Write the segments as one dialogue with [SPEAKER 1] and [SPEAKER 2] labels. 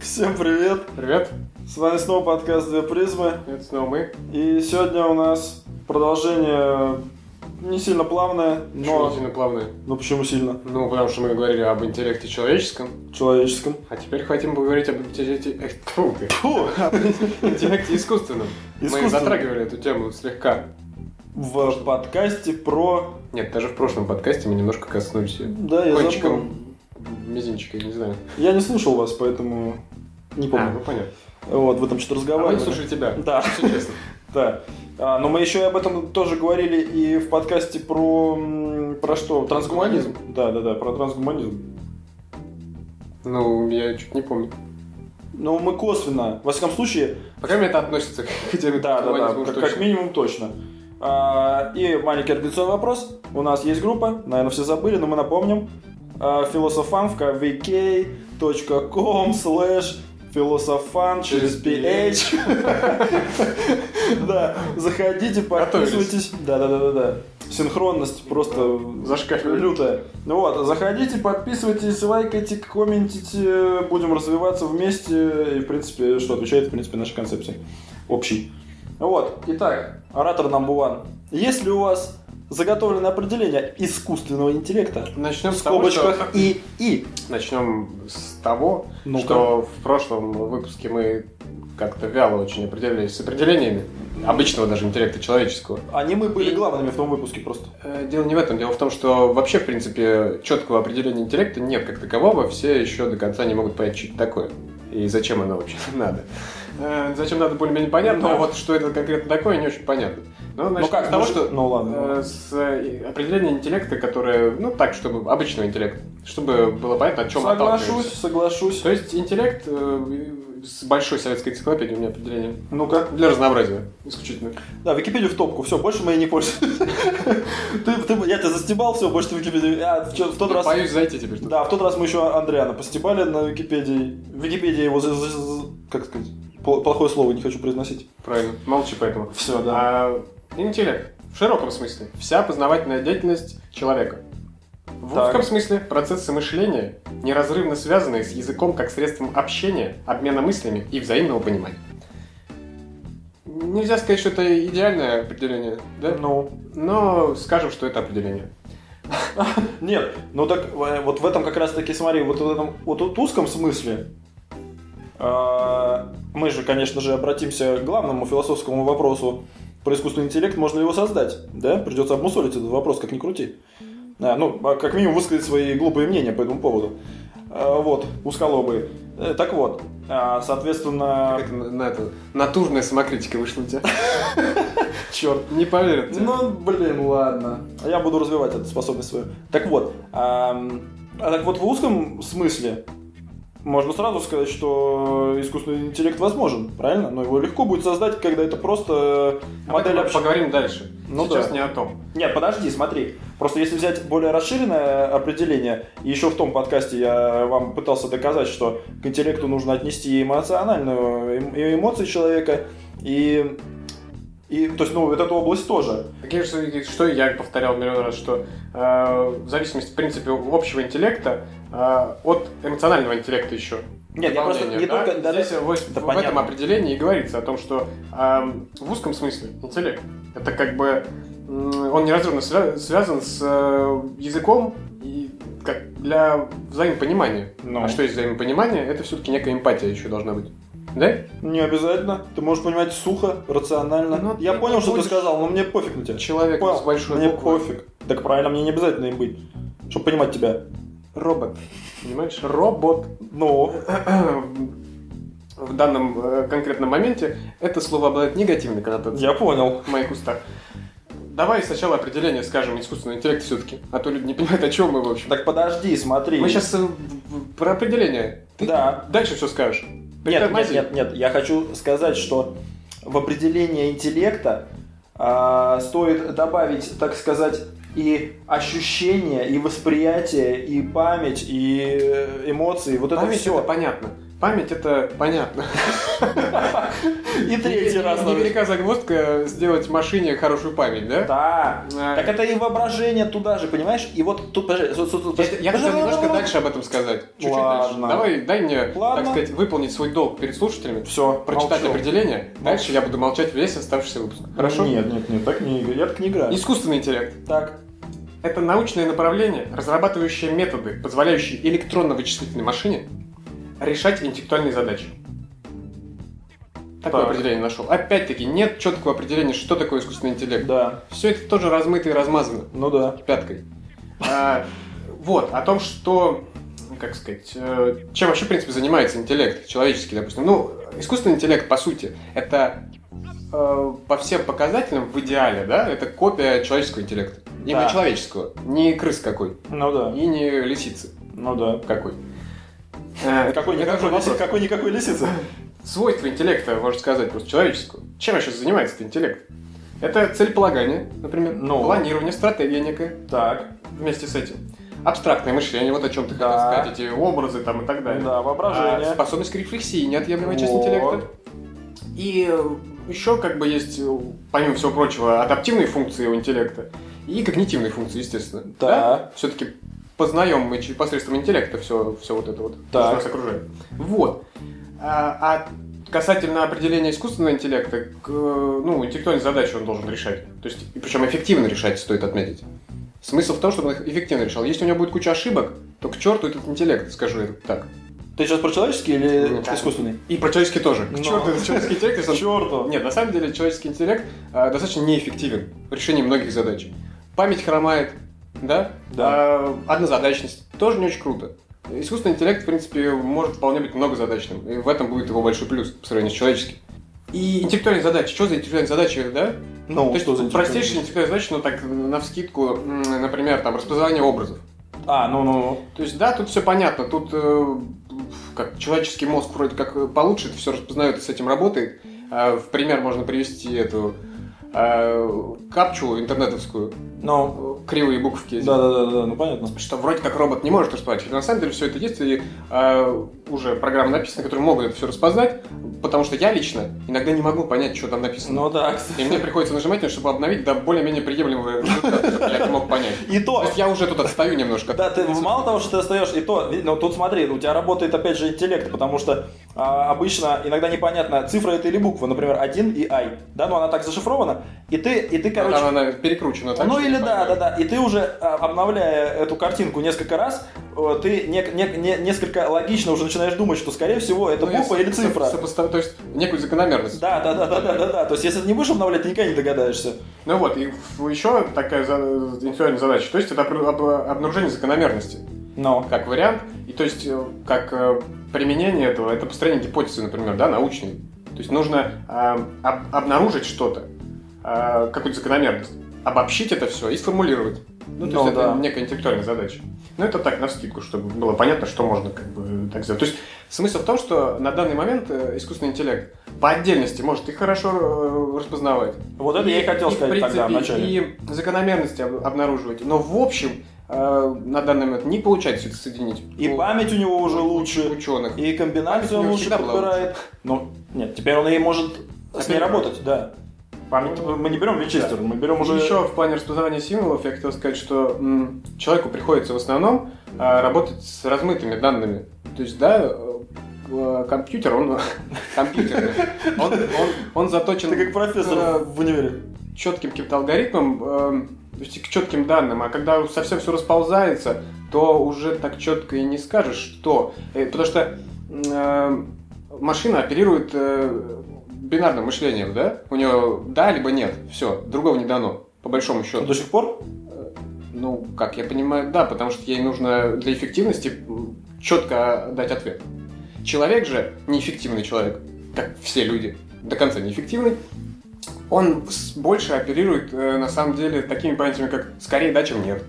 [SPEAKER 1] Всем привет!
[SPEAKER 2] Привет,
[SPEAKER 1] С вами снова подкаст «Две призмы».
[SPEAKER 2] это снова мы.
[SPEAKER 1] И сегодня у нас продолжение э, не сильно плавное,
[SPEAKER 2] Почему
[SPEAKER 1] но...
[SPEAKER 2] сильно плавные?
[SPEAKER 1] Ну почему сильно?
[SPEAKER 2] Ну, потому что мы говорили об интеллекте человеческом,
[SPEAKER 1] Человеческом.
[SPEAKER 2] а теперь хотим поговорить об интеллекте... Эх, тьфу ты.
[SPEAKER 1] Фу!
[SPEAKER 2] Интеллекте искусственном. Мы
[SPEAKER 1] Искусственном.
[SPEAKER 2] затрагивали эту тему слегка.
[SPEAKER 1] В подкасте про...
[SPEAKER 2] Нет, даже в прошлом подкасте мы немножко коснулись её.
[SPEAKER 1] Да, я забыл.
[SPEAKER 2] Кончиком. Мизинчика, я не знаю.
[SPEAKER 1] Я не слушал вас, поэтому не
[SPEAKER 2] А,
[SPEAKER 1] помню.
[SPEAKER 2] ну понятно.
[SPEAKER 1] Вот, вы там что-то
[SPEAKER 2] А мы
[SPEAKER 1] разговаривали.
[SPEAKER 2] слушали тебя.
[SPEAKER 1] Да.
[SPEAKER 2] Всё честно.
[SPEAKER 1] Да. А, но мы еще и об этом тоже говорили и в подкасте про... м, Про что? Трансгуманизм? Да, да, да, про трансгуманизм.
[SPEAKER 2] Ну, я чуть не помню.
[SPEAKER 1] Но Ну, мы косвенно, во всяком случае,
[SPEAKER 2] По крайней мере, это относится к теме
[SPEAKER 1] Да, да,
[SPEAKER 2] гуманизма
[SPEAKER 1] да,
[SPEAKER 2] уж
[SPEAKER 1] как, как
[SPEAKER 2] точно.
[SPEAKER 1] минимум точно. А, и маленький организационный вопрос. У нас есть группа, наверное, все забыли, но мы напомним. А, Philosophan в kvk.com slash philosophan через
[SPEAKER 2] Через
[SPEAKER 1] ph. Да, заходите, подписывайтесь. Да, да, да, да, да. Синхронность просто
[SPEAKER 2] Зашкаливает.
[SPEAKER 1] лютая. Ну вот, заходите, подписывайтесь, лайкайте, комментите, будем развиваться вместе и, в принципе, что отвечает, в принципе, нашей концепции общей. Ну Вот, итак, оратор number one. Есть ли у вас заготовленное определение искусственного интеллекта?
[SPEAKER 2] Начнем
[SPEAKER 1] В
[SPEAKER 2] с того, что...
[SPEAKER 1] скобочках и и.
[SPEAKER 2] Начнем с того,
[SPEAKER 1] Ну-ка.
[SPEAKER 2] что в прошлом выпуске мы как-то вяло очень определились с определениями обычного даже интеллекта человеческого.
[SPEAKER 1] Они мы были главными в том выпуске просто.
[SPEAKER 2] Э, Дело не в этом. Дело в том, что вообще, в принципе, четкого определения интеллекта нет как такового. Все еще до конца не могут понять, что это такое. И зачем оно вообще надо. Э, Зачем надо, более-менее понятно,
[SPEAKER 1] Ну Да.
[SPEAKER 2] но вот что это конкретно такое, не очень понятно. Ну,
[SPEAKER 1] Ну
[SPEAKER 2] начнем
[SPEAKER 1] как,
[SPEAKER 2] с того,
[SPEAKER 1] мы же-
[SPEAKER 2] что...
[SPEAKER 1] Ну ладно.
[SPEAKER 2] Э, С э, определения интеллекта, которое, ну так, чтобы обычного интеллекта, чтобы было понятно, о чем
[SPEAKER 1] Соглашусь, соглашусь.
[SPEAKER 2] То есть интеллект э, с большой советской энциклопедией у меня определение.
[SPEAKER 1] Ну-ка.
[SPEAKER 2] Для разнообразия, исключительно.
[SPEAKER 1] Ну Да, Википедию в топку, все, больше мы ей не пользуемся. Ты- ты- Я тебя застебал, все, больше ты Википедию. А, в чё- в тот раз
[SPEAKER 2] Боюсь зайти теперь. туда.
[SPEAKER 1] Да, в тот раз мы еще Андриана постебали на Википедии. Википедия его... за- за- за- Как сказать? Пл- Плохое слово не хочу произносить.
[SPEAKER 2] Правильно, молчи поэтому.
[SPEAKER 1] Все, да.
[SPEAKER 2] А, интеллект в широком смысле. Вся познавательная деятельность человека. В
[SPEAKER 1] Так.
[SPEAKER 2] узком смысле процессы мышления, неразрывно связанные с языком как средством общения, обмена мыслями и взаимного понимания. Нельзя сказать, что это идеальное определение, да?
[SPEAKER 1] Ну,
[SPEAKER 2] Но скажем, что это определение.
[SPEAKER 1] нет, ну так э, вот в этом как раз таки, смотри, вот в этом вот тут узком смысле э, мы же, конечно же, обратимся к главному философскому вопросу про искусственный интеллект, можно ли его создать, да? Придется обмусолить этот вопрос, как ни крути. А, ну, а как минимум высказать свои глупые мнения по этому поводу. Э, вот, узколобые. Э, так вот, а, соответственно...
[SPEAKER 2] Как это на, на это, натужная самокритика вышла у тебя.
[SPEAKER 1] Черт.
[SPEAKER 2] Не А поверят. тебе.
[SPEAKER 1] Ну, блин, ладно. А Я буду развивать эту способность свою. Так вот, ам, а так вот в узком смысле можно сразу сказать, что искусственный интеллект возможен, правильно? Но его легко будет создать, когда это просто э,
[SPEAKER 2] Об этом
[SPEAKER 1] модель
[SPEAKER 2] мы
[SPEAKER 1] общ-
[SPEAKER 2] поговорим дальше.
[SPEAKER 1] Ну
[SPEAKER 2] Сейчас
[SPEAKER 1] да.
[SPEAKER 2] не о том.
[SPEAKER 1] Нет, подожди, смотри. Просто если взять более расширенное определение, и еще в том подкасте я вам пытался доказать, что к интеллекту нужно отнести и эмоциональную, эм- и эмоции человека, и, и то есть, ну, вот эту область тоже.
[SPEAKER 2] Конечно, и что я повторял миллион раз, что э, в зависимости, в принципе, общего интеллекта э, от эмоционального интеллекта еще.
[SPEAKER 1] Нет, я просто не
[SPEAKER 2] Дополнение, да?
[SPEAKER 1] только... да, да.
[SPEAKER 2] Здесь э, в,
[SPEAKER 1] Да
[SPEAKER 2] в
[SPEAKER 1] понятно.
[SPEAKER 2] этом определении и говорится о том, что э, в узком смысле интеллект это как бы м, он неразрывно свя- связан с э, языком и как для взаимопонимания.
[SPEAKER 1] Ну.
[SPEAKER 2] А что есть взаимопонимание? Это все-таки некая эмпатия еще должна быть. Да?
[SPEAKER 1] Не обязательно. Ты можешь понимать сухо, рационально.
[SPEAKER 2] Ну,
[SPEAKER 1] я
[SPEAKER 2] ты
[SPEAKER 1] понял, что ты
[SPEAKER 2] будешь-
[SPEAKER 1] сказал, но мне пофиг на тебя.
[SPEAKER 2] Человек
[SPEAKER 1] Понял.
[SPEAKER 2] с большой
[SPEAKER 1] мне
[SPEAKER 2] буквы.
[SPEAKER 1] пофиг. Так правильно, мне не обязательно им быть, чтобы понимать тебя.
[SPEAKER 2] Робот. Понимаешь? Робот.
[SPEAKER 1] Ну,
[SPEAKER 2] В данном э, конкретном моменте это слово обладает негативной коннотацией
[SPEAKER 1] я понял.
[SPEAKER 2] в моих устах. Давай сначала определение, скажем, искусственного интеллекта все-таки, а то люди не понимают, о чем мы, в общем.
[SPEAKER 1] Так подожди, смотри.
[SPEAKER 2] Мы сейчас про определение. Ты
[SPEAKER 1] Да.
[SPEAKER 2] дальше все скажешь.
[SPEAKER 1] Нет, нет,
[SPEAKER 2] Притормози.
[SPEAKER 1] нет, нет. Я хочу сказать, что в определение интеллекта а, стоит добавить, так сказать, и ощущение, и восприятие, и память, и э, эмоции. Вот это
[SPEAKER 2] Память
[SPEAKER 1] все.
[SPEAKER 2] это понятно. Память это понятно.
[SPEAKER 1] И третий раз. надо-
[SPEAKER 2] Невелика загвоздка сделать машине хорошую память, да?
[SPEAKER 1] Да.
[SPEAKER 2] А,
[SPEAKER 1] Так это и воображение туда же, понимаешь? И вот тут, подожди, тут- тут- тут-
[SPEAKER 2] Я, я хотел немножко дальше об этом сказать. Чуть-чуть дальше.
[SPEAKER 1] Ладно.
[SPEAKER 2] Давай, дай мне,
[SPEAKER 1] Ладно.
[SPEAKER 2] так сказать, выполнить свой долг перед слушателями,
[SPEAKER 1] Все,
[SPEAKER 2] прочитать определение. Дальше я буду молчать весь оставшийся выпуск. Хорошо?
[SPEAKER 1] Нет, нет, нет, так не играю. Я так не играю.
[SPEAKER 2] Искусственный интеллект.
[SPEAKER 1] Так.
[SPEAKER 2] Это научное направление, разрабатывающее методы, позволяющие электронно-вычислительной машине решать интеллектуальные задачи. Такое
[SPEAKER 1] Так.
[SPEAKER 2] определение нашел. Опять-таки, нет четкого определения, что такое искусственный интеллект.
[SPEAKER 1] Да.
[SPEAKER 2] Все это тоже размыто и размазано
[SPEAKER 1] Ну да.
[SPEAKER 2] пяткой. А, вот, о том, что, ну, как сказать, э, чем вообще, в принципе, занимается интеллект человеческий, допустим. Ну, искусственный интеллект, по сути, это э, по всем показателям в идеале, да, это копия человеческого интеллекта. Именно
[SPEAKER 1] Да.
[SPEAKER 2] человеческого. Не крыс какой,
[SPEAKER 1] Ну да.
[SPEAKER 2] и не лисицы
[SPEAKER 1] Ну да.
[SPEAKER 2] какой.
[SPEAKER 1] Э,
[SPEAKER 2] Э, это
[SPEAKER 1] Какой-никакой
[SPEAKER 2] же
[SPEAKER 1] лиси-
[SPEAKER 2] вопрос.
[SPEAKER 1] какой-никакой лисица.
[SPEAKER 2] Свойства интеллекта, можно сказать, просто человеческого. Чем вообще занимается этот интеллект? Это целеполагание, например,
[SPEAKER 1] Ну.
[SPEAKER 2] планирование, стратегия некая.
[SPEAKER 1] Так.
[SPEAKER 2] вместе с этим. Абстрактное мышление, вот о чем ты
[SPEAKER 1] Да.
[SPEAKER 2] хотел сказать, эти образы там и так далее.
[SPEAKER 1] Да,
[SPEAKER 2] А,
[SPEAKER 1] воображение.
[SPEAKER 2] способность к рефлексии, неотъемлемая часть
[SPEAKER 1] Вот.
[SPEAKER 2] интеллекта. И еще как бы есть, э, помимо всего прочего, адаптивные функции у интеллекта и когнитивные функции, естественно.
[SPEAKER 1] Да.
[SPEAKER 2] Все-таки познаем мы че- посредством интеллекта все, все вот это вот,
[SPEAKER 1] Так.
[SPEAKER 2] что нас окружает. Вот. А, а касательно определения искусственного интеллекта, к, э, ну, интеллектуальные задачи он должен решать. То есть, и причем эффективно решать, стоит отметить. Смысл в том, чтобы он их эффективно решал. Если у него будет куча ошибок, то к черту этот интеллект, скажу я так.
[SPEAKER 1] Ты сейчас про человеческий или
[SPEAKER 2] Да.
[SPEAKER 1] искусственный?
[SPEAKER 2] И про человеческий тоже. К
[SPEAKER 1] Но.
[SPEAKER 2] черту этот человеческий интеллект, если он
[SPEAKER 1] Черту.
[SPEAKER 2] нет, на самом деле человеческий интеллект э, достаточно неэффективен в решении многих задач. Память хромает, да?
[SPEAKER 1] Да.
[SPEAKER 2] Э, однозадачность тоже не очень круто. Искусственный интеллект, в принципе, может вполне быть многозадачным. И в этом будет его большой плюс по сравнению с человеческим. И интеллектуальные задачи. Что за интеллектуальные задачи, да?
[SPEAKER 1] Ну,
[SPEAKER 2] То
[SPEAKER 1] что за
[SPEAKER 2] есть простейшие интеллектуальные задачи, ну так, на вскидку, например, там, распознавание образов.
[SPEAKER 1] А, ну, ну,
[SPEAKER 2] То есть, да, тут все понятно, тут э, как человеческий мозг вроде как э, получше это все распознает и с этим работает. Э, в пример можно привести эту э, капчу интернетовскую,
[SPEAKER 1] ну.
[SPEAKER 2] э, кривые буковки. эти,
[SPEAKER 1] Да, да, да, да, ну понятно.
[SPEAKER 2] Что вроде как робот не может распознать. Хотя на самом деле все это есть, и э, уже программы написаны, которые могут это все распознать, потому что я лично иногда не могу понять, что там написано.
[SPEAKER 1] Ну да,
[SPEAKER 2] И мне приходится нажимать, на него, чтобы обновить до более-менее приемлемого результата, чтобы я это мог понять.
[SPEAKER 1] И
[SPEAKER 2] То
[SPEAKER 1] то,
[SPEAKER 2] есть я уже тут отстаю немножко.
[SPEAKER 1] да, ты мало того, что ты остаешь, и то, ви- ну тут смотри, у тебя работает опять же интеллект, потому что а, обычно иногда непонятно, цифра это или буква, например, 1 и i, да, но она так зашифрована, и ты, и ты, короче,
[SPEAKER 2] Она, она перекручена. так,
[SPEAKER 1] ну
[SPEAKER 2] что
[SPEAKER 1] или
[SPEAKER 2] я
[SPEAKER 1] да,
[SPEAKER 2] понимаю.
[SPEAKER 1] да, да. И ты уже а, обновляя эту картинку несколько раз, э, ты нек- нек- не- несколько логично уже начинаешь думать, что скорее всего это
[SPEAKER 2] Ну, я
[SPEAKER 1] буква
[SPEAKER 2] со-
[SPEAKER 1] или цифра.
[SPEAKER 2] со- сопоста- То есть некую закономерность.
[SPEAKER 1] Да, да, да, да, да, да, да. То есть если ты не будешь обновлять, ты никогда не догадаешься.
[SPEAKER 2] Ну вот, и в- еще такая за- интеллектуальная задача. То есть это опр- об- обнаружение закономерности
[SPEAKER 1] Но.
[SPEAKER 2] как вариант. И то есть э, как э, применение этого, это построение гипотезы, например, да, научной. То есть нужно э, об- обнаружить что-то, э, какую-то закономерность, обобщить это все и сформулировать. Ну, то
[SPEAKER 1] Ну,
[SPEAKER 2] есть
[SPEAKER 1] да.
[SPEAKER 2] это некая интеллектуальная задача. Ну, это так, на чтобы было понятно, что можно как бы э, так сделать. То есть смысл в том, что на данный момент э, искусственный интеллект по отдельности может и хорошо э, распознавать,
[SPEAKER 1] Вот это я и хотел
[SPEAKER 2] в
[SPEAKER 1] сказать тогда
[SPEAKER 2] принципе,
[SPEAKER 1] вначале.
[SPEAKER 2] И закономерности об- обнаруживать. Но в общем, э, на данный момент не получается это соединить.
[SPEAKER 1] И
[SPEAKER 2] У
[SPEAKER 1] память у него уже лучше,
[SPEAKER 2] Ученых.
[SPEAKER 1] и комбинацию
[SPEAKER 2] Память у
[SPEAKER 1] он
[SPEAKER 2] него
[SPEAKER 1] лучше
[SPEAKER 2] всегда была лучше.
[SPEAKER 1] подбирает. Ну, нет, теперь он и может с ней
[SPEAKER 2] Теперь-
[SPEAKER 1] работать, да. Память
[SPEAKER 2] Ну,
[SPEAKER 1] мы не берем винчестер, мы берем уже...
[SPEAKER 2] Еще в плане распознавания символов я хотел сказать, что м, человеку приходится в основном э, работать с размытыми данными. То есть, да, э, э, компьютер, он компьютерный. Он, он- он заточен
[SPEAKER 1] Ты как профессор
[SPEAKER 2] э,
[SPEAKER 1] в универе.
[SPEAKER 2] четким каким-то алгоритмом, эм, то есть к четким данным, а когда совсем все расползается, то уже так четко и не скажешь, что. Э, Потому что эм, машина оперирует э, бинарным мышлением, да? У нее да, либо нет, все, другого не дано, по большому счету.
[SPEAKER 1] До сих пор?
[SPEAKER 2] Ну, как я понимаю, да, потому что ей нужно для эффективности четко дать ответ. Человек же, неэффективный человек, как все люди, до конца неэффективный, он с- больше оперирует, э, на самом деле, такими понятиями, как «скорее да, чем нет»,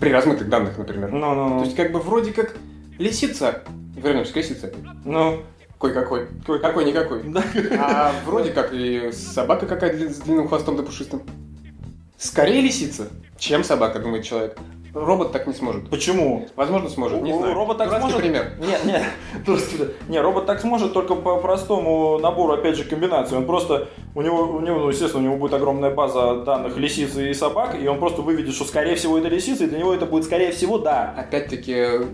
[SPEAKER 2] при размытых данных, например.
[SPEAKER 1] Ну,
[SPEAKER 2] То
[SPEAKER 1] ну,
[SPEAKER 2] есть, как бы, вроде как лисица, вернемся к лисице,
[SPEAKER 1] ну.
[SPEAKER 2] кой-какой,
[SPEAKER 1] Ну,
[SPEAKER 2] какой-никакой,
[SPEAKER 1] Да.
[SPEAKER 2] а вроде как и собака какая-то с длинным хвостом да пушистым. Скорее лисица, чем собака, думает человек. Робот так не сможет.
[SPEAKER 1] Почему?
[SPEAKER 2] Возможно, сможет, не
[SPEAKER 1] У-
[SPEAKER 2] знаю.
[SPEAKER 1] Робот так
[SPEAKER 2] Дурацкий
[SPEAKER 1] сможет?
[SPEAKER 2] пример.
[SPEAKER 1] Нет, нет, не, робот так сможет только по простому набору, опять же, комбинаций. Он просто, у него, у него, ну, естественно, у него будет огромная база данных лисиц и собак, и он просто выведет, что, скорее всего, это лисица, и для него это будет, скорее всего, да.
[SPEAKER 2] Опять-таки, э,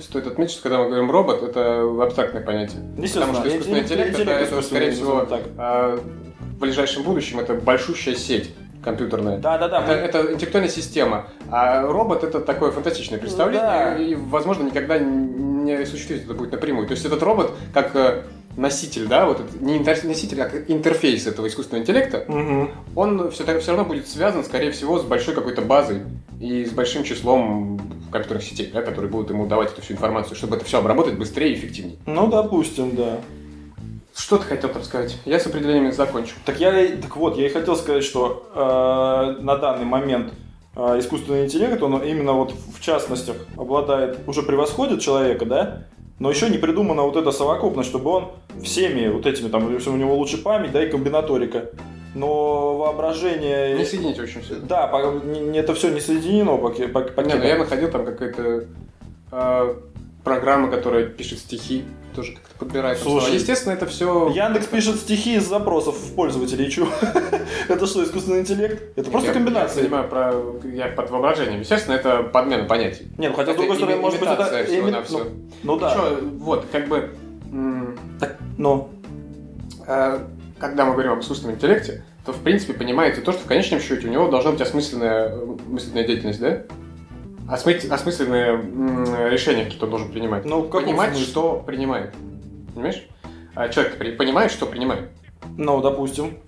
[SPEAKER 2] стоит отметить, что когда мы говорим робот, это абстрактное понятие.
[SPEAKER 1] Естественно.
[SPEAKER 2] Потому что искусственный
[SPEAKER 1] Ин-
[SPEAKER 2] интеллект, это,
[SPEAKER 1] интеллект
[SPEAKER 2] это,
[SPEAKER 1] искусственный,
[SPEAKER 2] скорее всего,
[SPEAKER 1] так.
[SPEAKER 2] э, в ближайшем будущем это большущая сеть компьютерная.
[SPEAKER 1] Да, да, да.
[SPEAKER 2] Это, это интеллектуальная система, а робот это такое фантастичное представление,
[SPEAKER 1] Да.
[SPEAKER 2] и, возможно, никогда н- не осуществить это будет напрямую. То есть этот робот как э, носитель, да, вот этот- не интер- носитель, а как интерфейс этого искусственного интеллекта,
[SPEAKER 1] Мгм.
[SPEAKER 2] он все, все равно будет связан, скорее всего, с большой какой-то базой и с большим числом компьютерных сетей, да, которые будут ему давать эту всю информацию, чтобы это все обработать быстрее и эффективнее.
[SPEAKER 1] Ну, допустим, да.
[SPEAKER 2] Что ты хотел там сказать? Я с определениями закончу.
[SPEAKER 1] Так я, и- так вот, я и хотел сказать, что э, на данный момент э, искусственный интеллект, он именно вот в частностях обладает, уже превосходит человека, да? Но еще не придумана вот эта совокупность, чтобы он всеми вот этими, там, если у него лучше память, да, и комбинаторика. Но воображение...
[SPEAKER 2] Не соединить, в общем, все это.
[SPEAKER 1] Да, по- не- не- это все не соединено пока. пока- пока.
[SPEAKER 2] Не, ну я находил там какая-то э, программа, которая пишет стихи, тоже как-то подбирает. там
[SPEAKER 1] Слушай,
[SPEAKER 2] слова. естественно, это все.
[SPEAKER 1] Яндекс пишет стихи из запросов в пользователей, чё? Это что, искусственный интеллект? Это просто комбинация.
[SPEAKER 2] Я, понимаю про я под воображением. Естественно, это подмена понятий.
[SPEAKER 1] Нет, ну, хотя, с
[SPEAKER 2] Это
[SPEAKER 1] другой стороны,
[SPEAKER 2] ими-
[SPEAKER 1] может быть, это...
[SPEAKER 2] имитация всего
[SPEAKER 1] ими-
[SPEAKER 2] на всё.
[SPEAKER 1] Ну, ну да.
[SPEAKER 2] Чё, вот, как бы. м,
[SPEAKER 1] Так, ну,
[SPEAKER 2] э, когда мы говорим об искусственном интеллекте, то в принципе понимаете то, что в конечном счете у него должна быть осмысленная э, мыслительная деятельность, да? Осмы- осмысленные м, решения какие-то он должен принимать.
[SPEAKER 1] ну в каком
[SPEAKER 2] понимать,
[SPEAKER 1] смысле?
[SPEAKER 2] что принимает. Понимаешь? А человек при- понимает, что принимает,
[SPEAKER 1] Ну, допустим.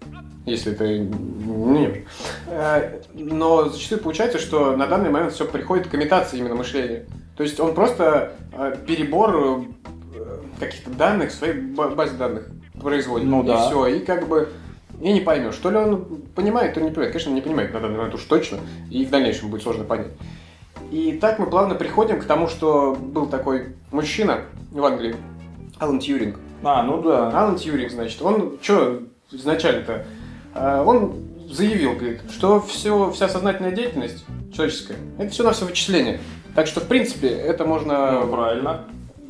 [SPEAKER 2] если это ну, не. Э, Но зачастую получается, что на данный момент все приходит к имитации именно мышления. То есть он просто э, перебор э, каких-то данных в своей ба- базе данных производит.
[SPEAKER 1] Ну да.
[SPEAKER 2] И все. И как бы и не поймешь, то ли он понимает, то ли не понимает. Конечно, он не понимает на данный момент уж точно, и в дальнейшем будет сложно понять. И так мы плавно приходим к тому, что был такой мужчина в Англии, Алан Тьюринг.
[SPEAKER 1] А, ну да.
[SPEAKER 2] Алан Тьюринг, значит, он что изначально-то? Э, Он заявил, говорит, что все, вся сознательная деятельность человеческая, это все на все вычисление. Так что, в принципе, это
[SPEAKER 1] Ну,
[SPEAKER 2] можно
[SPEAKER 1] правильно.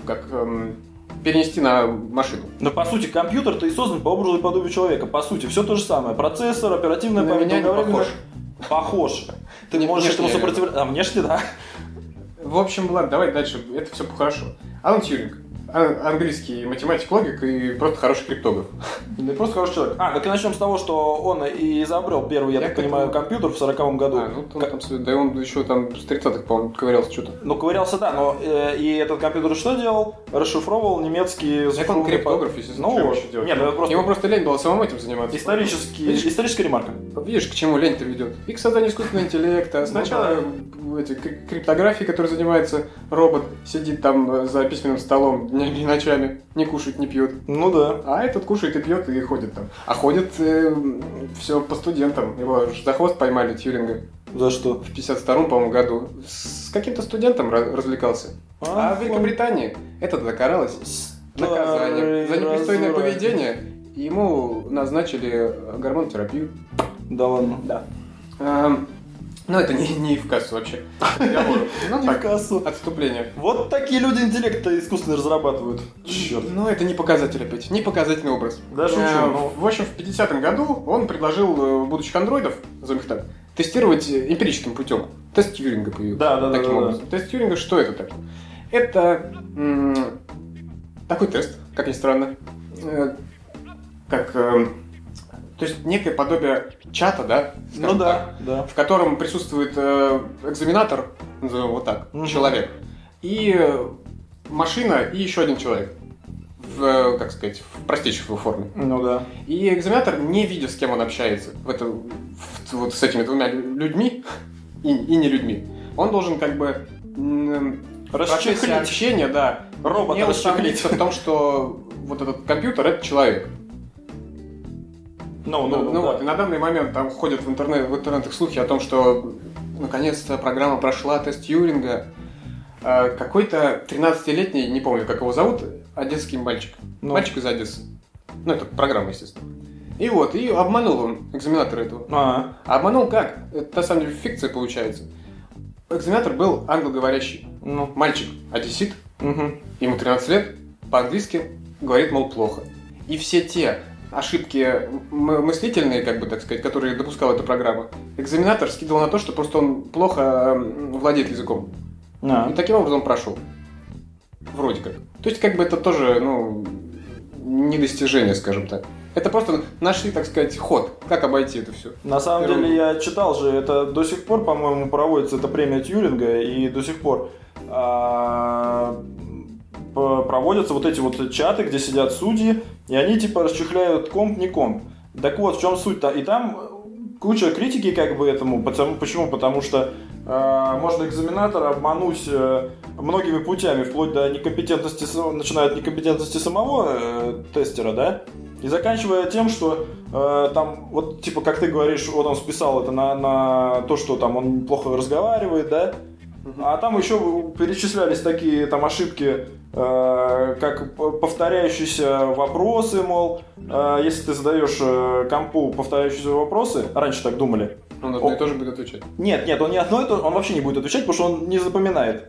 [SPEAKER 2] как эм, перенести на машину.
[SPEAKER 1] Но по сути компьютер-то и создан по образу и подобию человека. По сути, все то же самое. Процессор, оперативная
[SPEAKER 2] На
[SPEAKER 1] память,
[SPEAKER 2] меня не
[SPEAKER 1] долговременная-
[SPEAKER 2] похож.
[SPEAKER 1] Похож. Ты
[SPEAKER 2] Не-
[SPEAKER 1] можешь
[SPEAKER 2] внешне
[SPEAKER 1] этому
[SPEAKER 2] я имею в
[SPEAKER 1] сопротивляться. А внешне, да.
[SPEAKER 2] В общем, ладно, давай дальше. Это все хорошо. Алан Тьюринг. а- Английский математик, логик и просто хороший криптограф.
[SPEAKER 1] Ты просто хороший человек. А, так и начнем с того, что он и изобрел первый, я,
[SPEAKER 2] Я
[SPEAKER 1] так
[SPEAKER 2] к этому-
[SPEAKER 1] понимаю, компьютер в 40 году.
[SPEAKER 2] А, ну он там, да и он еще там с 30-х, по-моему, ковырялся что-то.
[SPEAKER 1] Ну, ковырялся, да, но э, и этот компьютер что делал? Расшифровывал немецкие
[SPEAKER 2] Это он
[SPEAKER 1] цифровые
[SPEAKER 2] криптограф,
[SPEAKER 1] по-
[SPEAKER 2] естественно,
[SPEAKER 1] Ну,
[SPEAKER 2] что ему
[SPEAKER 1] вот.
[SPEAKER 2] еще делать?
[SPEAKER 1] Нет, ну, это просто
[SPEAKER 2] Ему просто лень было самому этим заниматься.
[SPEAKER 1] исторический,
[SPEAKER 2] Видишь?
[SPEAKER 1] историческая ремарка.
[SPEAKER 2] Видишь, к чему лень-то ведет? И к созданию искусственного интеллекта. Сначала э, эти кри- криптографии, которой занимается робот, сидит там э, за письменным столом днями и ночами, не кушает, не пьет.
[SPEAKER 1] Ну да.
[SPEAKER 2] А этот кушает и пьет и ходит там. А ходит все по студентам. Его ж за хвост поймали Тьюринга
[SPEAKER 1] За что?
[SPEAKER 2] в 52 по-моему, году. С каким-то студентом ра- развлекался. А в Великобритании это докаралось наказанием за непристойное
[SPEAKER 1] разура.
[SPEAKER 2] поведение. Ему назначили э, гормонотерапию.
[SPEAKER 1] Да ладно.
[SPEAKER 2] Да. Эм, Ну, это не, не в кассу вообще. Договор. Ну,
[SPEAKER 1] Не в
[SPEAKER 2] так,
[SPEAKER 1] кассу.
[SPEAKER 2] отступление.
[SPEAKER 1] Вот такие люди интеллекта искусственно разрабатывают. Черт.
[SPEAKER 2] Ну, это не показатель опять, не показательный образ.
[SPEAKER 1] Да, шучу,
[SPEAKER 2] Э,
[SPEAKER 1] но-
[SPEAKER 2] В общем, в 50-м году он предложил э, будущих андроидов, назовем их так, тестировать э, эмпирическим путем. Тест Тьюринга появился.
[SPEAKER 1] Да, да, да,
[SPEAKER 2] таким
[SPEAKER 1] да, да.
[SPEAKER 2] образом. Тест Тьюринга, что это такое? Это м, такой тест, как ни странно, э, как, э, то есть некое подобие чата, да?
[SPEAKER 1] Ну
[SPEAKER 2] скажем так.
[SPEAKER 1] да, да.
[SPEAKER 2] в котором присутствует э, экзаменатор, назовем его так,
[SPEAKER 1] Мгм.
[SPEAKER 2] человек, и э, машина, и еще один человек. В, э, как сказать, в простейшей его форме.
[SPEAKER 1] Ну да.
[SPEAKER 2] И экзаменатор, не видя, с кем он общается, в это, в- вот с этими двумя лю- людьми и, и не людьми, он должен как бы м, в процессе
[SPEAKER 1] Расчехлить.
[SPEAKER 2] общения, да,
[SPEAKER 1] Робота
[SPEAKER 2] не
[SPEAKER 1] расчехлить.
[SPEAKER 2] усомниться в том, что вот этот компьютер это человек.
[SPEAKER 1] Ну,
[SPEAKER 2] Ну,
[SPEAKER 1] ну,
[SPEAKER 2] ну
[SPEAKER 1] да.
[SPEAKER 2] вот, и на данный момент там ходят в, интернет, в интернетах слухи о том, что наконец-то программа прошла тест Юринга. А, Какой-то 13-летний, не помню, как его зовут, одесский мальчик.
[SPEAKER 1] Ну.
[SPEAKER 2] Мальчик из Одессы. Ну, это программа, естественно. И вот, и обманул он экзаменатора этого.
[SPEAKER 1] А,
[SPEAKER 2] А обманул как? Это на самом деле фикция получается. Экзаменатор был англоговорящий.
[SPEAKER 1] ну,
[SPEAKER 2] Мальчик, одессит,
[SPEAKER 1] мгм.
[SPEAKER 2] ему 13 лет, по-английски говорит, мол, плохо. И все те ошибки м- мыслительные, как бы так сказать, которые допускала эта программа, экзаменатор скидывал на то, что просто он плохо эм, владеет языком.
[SPEAKER 1] А.
[SPEAKER 2] И таким образом прошел. Вроде как. То есть, как бы это тоже, ну, не достижение, скажем так. Это просто нашли, так сказать, ход, как обойти это все.
[SPEAKER 1] На самом
[SPEAKER 2] Первый.
[SPEAKER 1] деле я читал же, это до сих пор, по-моему, проводится эта премия Тьюринга, и до сих пор а, п- проводятся вот эти вот чаты, где сидят судьи, и они типа расчехляют комп, не комп. Так вот, в чем суть-то? И там куча критики как бы этому, потому, почему? Потому что а, можно экзаменатора обмануть э, многими путями, вплоть до некомпетентности, са- начиная от некомпетентности самого э, тестера, да, и заканчивая тем, что э, там, вот, типа, как ты говоришь, вот он списал это на, на то, что там он плохо разговаривает, да, а там еще перечислялись такие там ошибки, э, как п- повторяющиеся вопросы, мол, э, если ты задаешь э, компу повторяющиеся вопросы, раньше так думали,
[SPEAKER 2] Он
[SPEAKER 1] О.
[SPEAKER 2] одно и то же будет отвечать.
[SPEAKER 1] нет, нет, он не одно и то, он вообще не будет отвечать, потому что он не запоминает.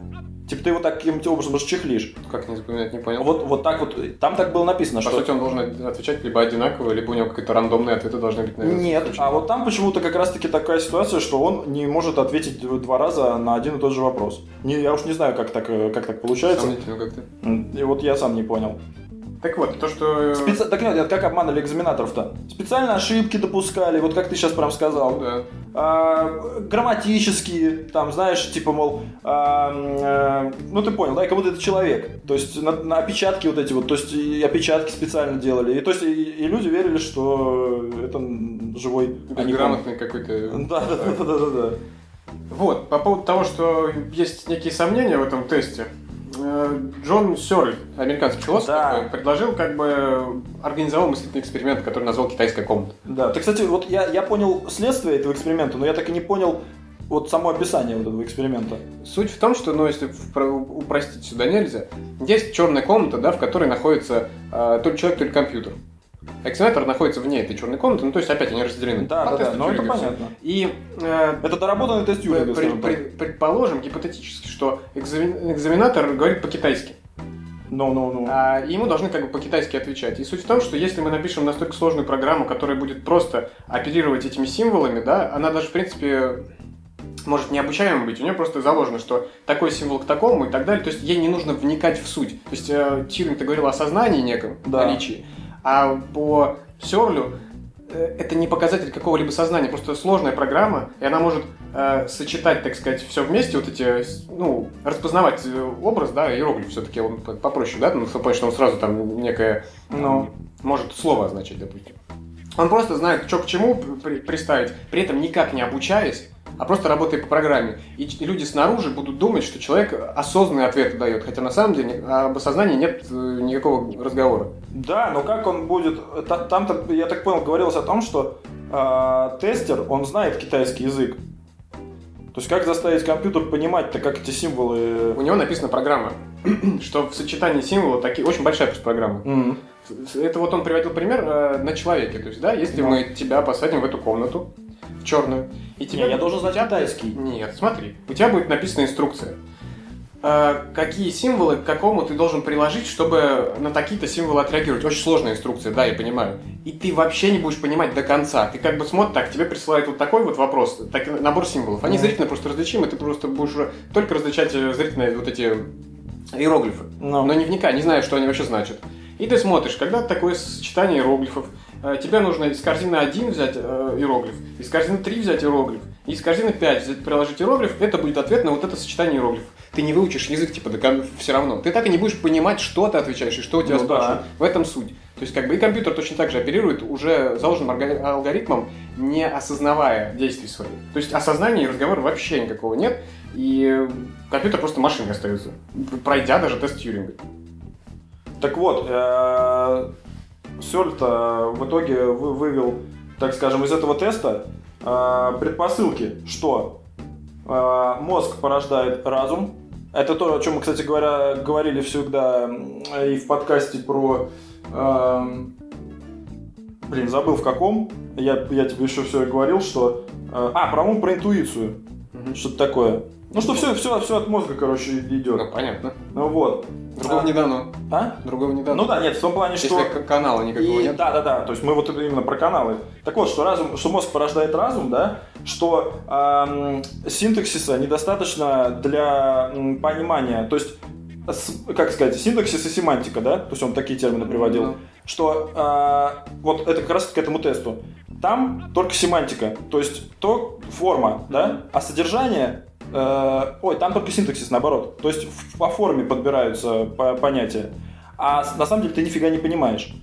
[SPEAKER 1] Типа ты его таким образом расчехлишь.
[SPEAKER 2] Как не запоминать, не понял.
[SPEAKER 1] Вот, вот так вот, там так было написано,
[SPEAKER 2] По
[SPEAKER 1] что...
[SPEAKER 2] сути, он должен отвечать либо одинаково, либо у него какие-то рандомные ответы должны быть на этот
[SPEAKER 1] Нет,
[SPEAKER 2] случай.
[SPEAKER 1] а вот там почему-то как раз-таки такая ситуация, что он не может ответить д- два раза на один и тот же вопрос. Не, я уж не знаю, как так, э, как так получается.
[SPEAKER 2] Сомнительно как-то.
[SPEAKER 1] М, И вот я сам не понял.
[SPEAKER 2] Так вот, то, что... э,
[SPEAKER 1] Специ- Так нет, нет, как обманывали экзаменаторов-то? Специально ошибки допускали, вот как ты сейчас прям сказал.
[SPEAKER 2] ну да.
[SPEAKER 1] а, грамматические, там, знаешь, типа, мол, а, м, э, ну ты понял, да, как будто это человек. То есть на, на опечатки вот эти вот, то есть и опечатки специально делали. И, то есть, и, и люди верили, что это м, живой а не
[SPEAKER 2] Безграмотный какой-то.
[SPEAKER 1] ком. Да, да, да, да, да, да, да.
[SPEAKER 2] Вот, по поводу того, что есть некие сомнения в этом тесте, э, Джон Сёрль, американский философ,
[SPEAKER 1] Да.
[SPEAKER 2] такой, предложил, как бы, э, организовал мыслительный эксперимент, который назвал «Китайская комната».
[SPEAKER 1] Да. Ты, кстати, вот я, я понял следствие этого эксперимента, но я так и не понял вот само описание вот этого эксперимента.
[SPEAKER 2] Суть в том, что, ну, если впро- упростить сюда нельзя, есть черная комната, да, в которой находится э, то ли человек, то ли компьютер. Экзаменатор находится вне этой черной комнаты, ну, то есть опять они разделены.
[SPEAKER 1] Да,
[SPEAKER 2] По
[SPEAKER 1] да, да,
[SPEAKER 2] тесту
[SPEAKER 1] но это
[SPEAKER 2] Тьюринга всё.
[SPEAKER 1] понятно.
[SPEAKER 2] И э,
[SPEAKER 1] Это доработанный тест Юрия,
[SPEAKER 2] Пред- пред- пред- предположим гипотетически, что экзамен- экзаменатор говорит по-китайски,
[SPEAKER 1] Ну, ну, ну.
[SPEAKER 2] а и ему должны как бы по-китайски отвечать. И суть в том, что если мы напишем настолько сложную программу, которая будет просто оперировать этими символами, да, она даже в принципе может необучаемой быть, у нее просто заложено, что такой символ к такому и так далее, то есть ей не нужно вникать в суть. То есть э, Тьюринг ты говорил о сознании неком,
[SPEAKER 1] Да.
[SPEAKER 2] наличии, а по Сёрлю э, это не показатель какого-либо сознания, просто сложная программа, и она может э, сочетать, так сказать, все вместе, вот эти, э, с- ну, распознавать э, образ, да, иероглиф все-таки он п- попроще, да, ну, потому что он сразу там некое,
[SPEAKER 1] Ну.
[SPEAKER 2] м, может слово означать, допустим. Он просто знает, что к чему при- при- приставить, при этом никак не обучаясь, а просто работая по программе. И ч- люди снаружи будут думать, что человек осознанные ответы дает, хотя на самом деле а, об осознании нет э, никакого разговора.
[SPEAKER 1] Да, но как он будет... та- Там, так- я так понял, говорилось о том, что а, тестер, он знает китайский язык. То есть как заставить компьютер понимать-то, как эти символы...
[SPEAKER 2] У него написана программа, что в сочетании символов такие очень большая просто программа.
[SPEAKER 1] М.
[SPEAKER 2] Это вот он приводил пример э, на человеке. То есть, да, если
[SPEAKER 1] Ну.
[SPEAKER 2] мы тебя посадим в эту комнату, в черную, и
[SPEAKER 1] Не,
[SPEAKER 2] тебя...
[SPEAKER 1] я должен знать
[SPEAKER 2] у тебя-
[SPEAKER 1] китайский.
[SPEAKER 2] Нет, смотри, у тебя будет написана инструкция. Э, Какие символы к какому ты должен приложить, чтобы на такие-то символы отреагировать? Очень сложная инструкция, да, я понимаю. И ты вообще не будешь понимать до конца. Ты как бы смотришь, так, тебе присылают вот такой вот вопрос, так, набор символов. Они
[SPEAKER 1] Мгм.
[SPEAKER 2] зрительно просто различимы, ты просто будешь уже только различать э, зрительно вот эти иероглифы
[SPEAKER 1] Ну,
[SPEAKER 2] но не вникай, не знаю, что они вообще значат. И ты смотришь, когда такое сочетание иероглифов, э, тебе нужно из корзины 1 взять э, иероглиф, из корзины 3 взять иероглиф, и из корзины 5 взять, приложить иероглиф, это будет ответ на вот это сочетание иероглифов. Ты не выучишь язык, типа, все равно. Ты так и не будешь понимать, что ты отвечаешь и что у тебя
[SPEAKER 1] Ну да.
[SPEAKER 2] спрашивают. В этом суть. То есть, как бы, и компьютер точно так же оперирует уже заложенным орга- алгоритмом, не осознавая действий своих. То есть, осознания и разговора вообще никакого нет, и компьютер просто машиной остается, пройдя даже тест Тьюринга.
[SPEAKER 1] так вот, э, Сёль-то в итоге вы- вывел, так скажем, из этого теста э, предпосылки, что э, мозг порождает разум. Это то, о чем мы, кстати говоря, говорили э, всегда м, и в подкасте про эм, блин, забыл в каком, я, я тебе еще все говорил, что... э, А, про ум, про интуицию,
[SPEAKER 3] Мгм.
[SPEAKER 1] что-то такое. Ну, что все, все, все от мозга, короче, идет.
[SPEAKER 2] Ну, понятно.
[SPEAKER 1] Ну, вот.
[SPEAKER 2] Другого
[SPEAKER 1] А.
[SPEAKER 2] не дано.
[SPEAKER 1] А?
[SPEAKER 2] Другого не дано.
[SPEAKER 1] Ну да, нет, в том плане,
[SPEAKER 2] Если
[SPEAKER 1] что...
[SPEAKER 2] к- канала никакого
[SPEAKER 1] И-
[SPEAKER 2] нет.
[SPEAKER 1] да, да, да. То есть мы вот это именно про каналы. Так вот, что разум, что мозг порождает разум, да, что эм, синтаксиса недостаточно для м, понимания. То есть, с- как сказать, синтаксис и семантика, да, то есть он такие термины приводил,
[SPEAKER 2] Ну.
[SPEAKER 1] что э, вот это как раз к этому тесту. Там только семантика, то есть то форма, да, а содержание, э, ой, там только синтаксис, наоборот. То есть в- по форме подбираются по- понятия, а с- на самом деле ты нифига не понимаешь.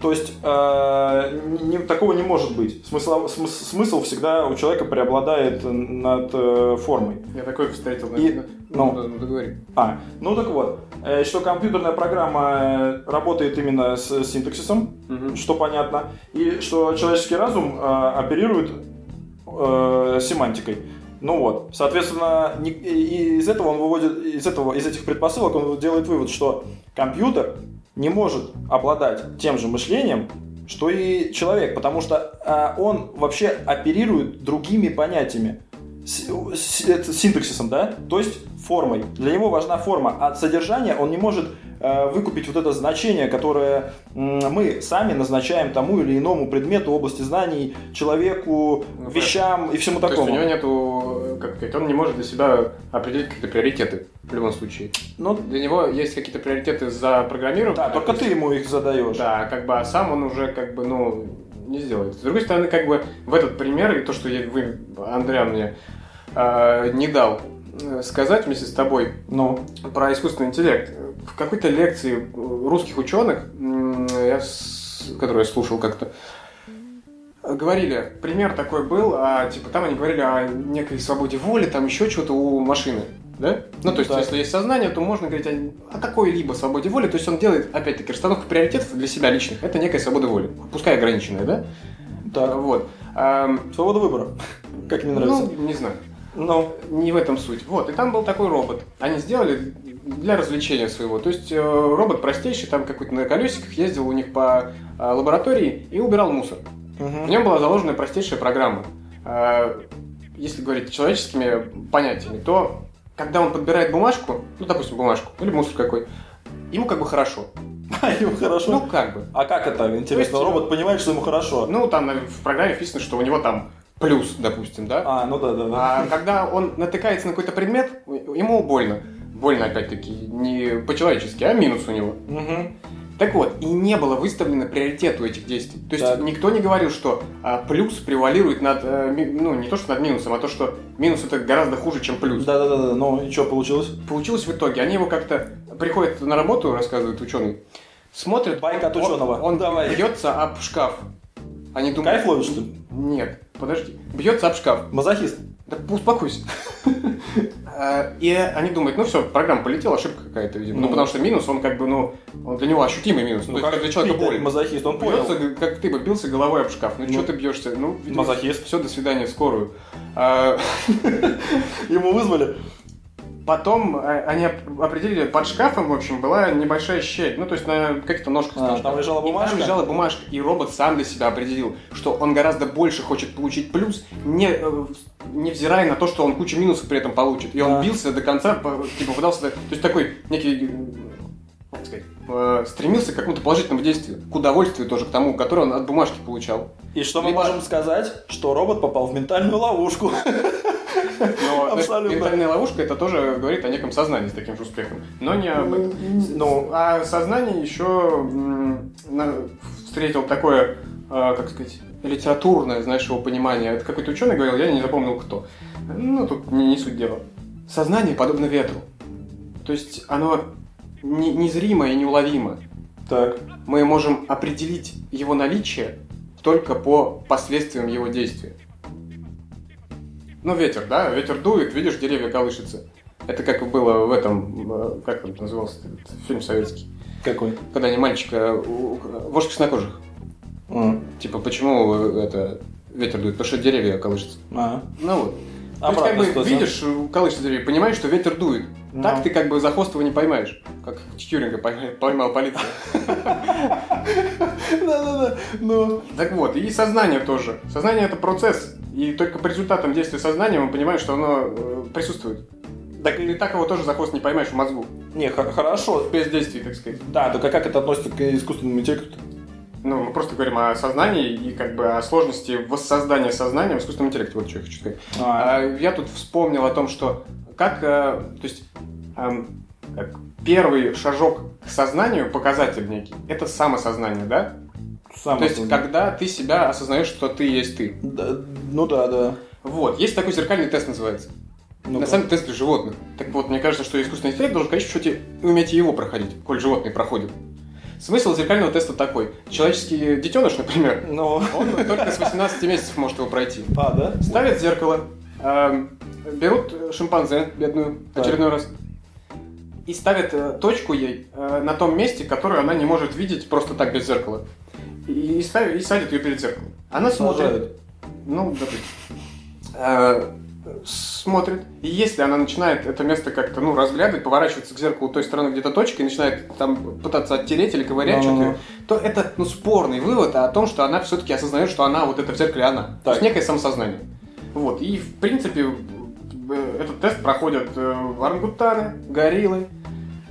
[SPEAKER 1] То есть э, не- такого не может быть. Смысл, смыс- смысл всегда у человека преобладает над э, формой.
[SPEAKER 3] Я такой встретил.
[SPEAKER 1] И-
[SPEAKER 3] наверное.
[SPEAKER 1] ну.
[SPEAKER 2] да, ну, договори.
[SPEAKER 1] А, ну так вот, э, что компьютерная программа э, работает именно с синтаксисом,
[SPEAKER 3] Мгм.
[SPEAKER 1] что понятно, и что человеческий разум э, оперирует э, семантикой. Ну вот, соответственно, не- и- и из этого он выводит, из этого, из этих предпосылок он делает вывод, что компьютер не может обладать тем же мышлением, что и человек, потому что э, он вообще оперирует другими понятиями, С- с- это синтаксисом, да, то есть формой. Для него важна форма, а от содержания он не может э, выкупить вот это значение, которое м, мы сами назначаем тому или иному предмету, области знаний, человеку,
[SPEAKER 2] Ну,
[SPEAKER 1] вещам и всему
[SPEAKER 2] То есть у
[SPEAKER 1] такому.
[SPEAKER 2] него нету, э, как сказать, он не может для себя определить какие-то приоритеты в любом случае.
[SPEAKER 1] Ну,
[SPEAKER 2] Для него есть какие-то приоритеты за программирование.
[SPEAKER 1] да, только ты ему их задаешь.
[SPEAKER 2] Да, как бы, а сам он уже, как бы, ну, не сделает. С другой стороны, как бы, в этот пример, и то, что я, вы, Андреа, мне э, не дал э, сказать вместе с тобой,
[SPEAKER 1] Ну,
[SPEAKER 2] про искусственный интеллект. В какой-то лекции русских ученых, м, я, с- которую я слушал как-то, говорили, пример такой был, а, типа там они говорили о некой свободе воли, там еще чего-то у машины. Да? Ну, то есть,
[SPEAKER 1] Да.
[SPEAKER 2] если есть сознание, то можно говорить о, о какой-либо свободе воли. То есть он делает, опять-таки, расстановку приоритетов для себя личных. Это некая свобода воли, пускай ограниченная, да?
[SPEAKER 1] так,
[SPEAKER 2] Вот. Ам,
[SPEAKER 1] свобода выбора, как мне нравится.
[SPEAKER 2] Ну, не знаю.
[SPEAKER 1] Ну,
[SPEAKER 2] Не в этом суть. Вот, и там был такой робот. Они сделали для развлечения своего. То есть э, робот простейший, там какой-то на колесиках ездил у них по э, лаборатории и убирал мусор. В
[SPEAKER 1] мгм.
[SPEAKER 2] нем была заложена простейшая программа. Э, Если говорить человеческими понятиями, то когда он подбирает бумажку, ну, допустим, бумажку или мусор какой, ему как бы хорошо.
[SPEAKER 1] Ему
[SPEAKER 2] Ну,
[SPEAKER 1] хорошо.
[SPEAKER 2] как бы.
[SPEAKER 1] А как это? Интересно,
[SPEAKER 2] То есть,
[SPEAKER 1] робот понимает, что ему хорошо.
[SPEAKER 2] Ну, там наверное, в программе вписано, что у него там плюс, допустим, да?
[SPEAKER 1] А, ну да, да, да.
[SPEAKER 2] А когда он натыкается на какой-то предмет, ему больно. Больно, опять-таки, не по-человечески, а минус у него.
[SPEAKER 1] Мгм.
[SPEAKER 2] Так вот, и не было выставлено приоритет у этих действий. То есть
[SPEAKER 1] Так.
[SPEAKER 2] никто не говорил, что а, плюс превалирует над... э, ми- ну, не то, что над минусом, а то, что минус это гораздо хуже, чем плюс.
[SPEAKER 1] Да, да, да, да. Ну и что получилось?
[SPEAKER 2] Получилось в итоге. Они его как-то... Приходят на работу, рассказывают ученый, смотрят...
[SPEAKER 1] Байка от
[SPEAKER 2] он-
[SPEAKER 1] ученого.
[SPEAKER 2] Он,
[SPEAKER 1] Давай.
[SPEAKER 2] бьется об шкаф. Они думают...
[SPEAKER 1] Кайф ловишь, что ли?
[SPEAKER 2] Нет, подожди. Бьется об шкаф.
[SPEAKER 1] Мазохист.
[SPEAKER 2] Да успокойся. Э, И они думают, ну все, программа полетела, ошибка какая-то, видимо. Ну,
[SPEAKER 1] Ну.
[SPEAKER 2] потому что минус, он как бы, ну, он для него ощутимый минус. Ну,
[SPEAKER 1] Ну
[SPEAKER 2] то есть, как для человека
[SPEAKER 1] пить,
[SPEAKER 2] боль.
[SPEAKER 1] Мазохист, он
[SPEAKER 2] Бьётся,
[SPEAKER 1] понял.
[SPEAKER 2] г- как ты бы бился головой об шкаф. Ну,
[SPEAKER 1] Ну.
[SPEAKER 2] что ты бьешься? Ну,
[SPEAKER 1] Мазохист.
[SPEAKER 2] все, до свидания, в скорую. А,
[SPEAKER 1] Ему вызвали.
[SPEAKER 2] Потом э, они оп- определили, под шкафом, в общем, была небольшая щель. Ну, то есть на каких-то ножках.
[SPEAKER 1] А,
[SPEAKER 2] скажем
[SPEAKER 1] там
[SPEAKER 2] так.
[SPEAKER 1] лежала
[SPEAKER 2] И
[SPEAKER 1] бумажка?
[SPEAKER 2] там лежала бумажка, и робот сам для себя определил, что он гораздо больше хочет получить плюс, не, э, невзирая на то, что он кучу минусов при этом получит. И он
[SPEAKER 1] Да.
[SPEAKER 2] бился до конца, по- типа пытался... до- То есть такой некий... э, как сказать, э, стремился к какому-то положительному действию, к удовольствию тоже, к тому, которое он от бумажки получал.
[SPEAKER 1] И что мы
[SPEAKER 2] Либо-
[SPEAKER 1] можем сказать? Что робот попал в ментальную ловушку.
[SPEAKER 2] Но знаешь,
[SPEAKER 1] Абсолютно.
[SPEAKER 2] ментальная ловушка, это тоже говорит о неком сознании с таким же успехом. Но не об этом. Ну,
[SPEAKER 1] Ну,
[SPEAKER 2] а сознание еще м, на- встретил такое, э, как сказать, литературное, знаешь, его понимание. Это какой-то ученый говорил, я не запомнил кто. Ну, тут не, не суть дела. Сознание подобно ветру. То есть оно не- незримо и неуловимо.
[SPEAKER 1] так.
[SPEAKER 2] Мы можем определить его наличие только по последствиям его действия. Ну, ветер, да? Ветер дует, видишь, деревья колышутся. Это как было в этом, э, как он назывался, этот фильм советский
[SPEAKER 1] Какой?
[SPEAKER 2] когда они мальчика, у- у- вождь краснокожих.
[SPEAKER 1] М.
[SPEAKER 2] Типа, почему э, это ветер дует? Потому что деревья колышутся.
[SPEAKER 1] А.
[SPEAKER 2] Ну вот.
[SPEAKER 1] А,
[SPEAKER 2] То есть, как
[SPEAKER 1] Обратная
[SPEAKER 2] бы,
[SPEAKER 1] ситуация.
[SPEAKER 2] видишь, колышется деревья, понимаешь, что ветер дует.
[SPEAKER 1] Ну.
[SPEAKER 2] Так ты как бы за хвост его не поймаешь. Как Тьюринга поймал, поймал полиция.
[SPEAKER 1] Да-да-да. Ну,
[SPEAKER 2] Так вот, и сознание тоже. Сознание это процесс. И только по результатам действия сознания мы понимаем, что оно э, присутствует.
[SPEAKER 1] так,
[SPEAKER 2] И так его тоже за хвост не поймаешь в мозгу.
[SPEAKER 1] не, х- хорошо.
[SPEAKER 2] Без действий, так сказать.
[SPEAKER 1] Да, только как это относится к искусственному интеллекту?
[SPEAKER 2] Ну, мы просто говорим о сознании и как бы о сложности воссоздания сознания в искусственном интеллекте. Вот что я хочу сказать. А, Я тут вспомнил о том, что как, э, то есть, эм, как первый шажок к сознанию, показатель некий, это самосознание, да?
[SPEAKER 1] Сам
[SPEAKER 2] То есть,
[SPEAKER 1] это-
[SPEAKER 2] когда ты себя осознаешь, что ты есть ты.
[SPEAKER 1] Да, ну да, да.
[SPEAKER 2] Вот, есть такой зеркальный тест называется.
[SPEAKER 1] Ну,
[SPEAKER 2] На самом деле тест для животных. Так вот, мне кажется, что искусственный интеллект должен, конечно, что-то уметь и его проходить, коль животные проходят. Смысл зеркального теста такой. Человеческий детеныш, например,
[SPEAKER 1] Ну,
[SPEAKER 2] он только с 18 месяцев может его пройти.
[SPEAKER 1] а, да?
[SPEAKER 2] Ставят зеркало, эм, берут э, шимпанзе бедную
[SPEAKER 1] Так.
[SPEAKER 2] очередной раз и ставят э, точку ей э, на том месте, которое она не может видеть просто так без зеркала. И, и ставят, и садят ее перед зеркалом. Она смотрит.
[SPEAKER 1] Сажают.
[SPEAKER 2] Ну, допустим. Э, смотрит. И если она начинает это место как-то, ну, разглядывать, поворачиваться к зеркалу той стороны, где-то точка, и начинает там пытаться оттереть или ковырять
[SPEAKER 1] Ну-ну-ну.
[SPEAKER 2] что-то, то это, ну, спорный вывод о том, что она все-таки осознает, что она вот это в зеркале она. То
[SPEAKER 1] Так.
[SPEAKER 2] есть некое самосознание. Вот. И, в принципе, э, этот тест проходят э, орангутаны, гориллы,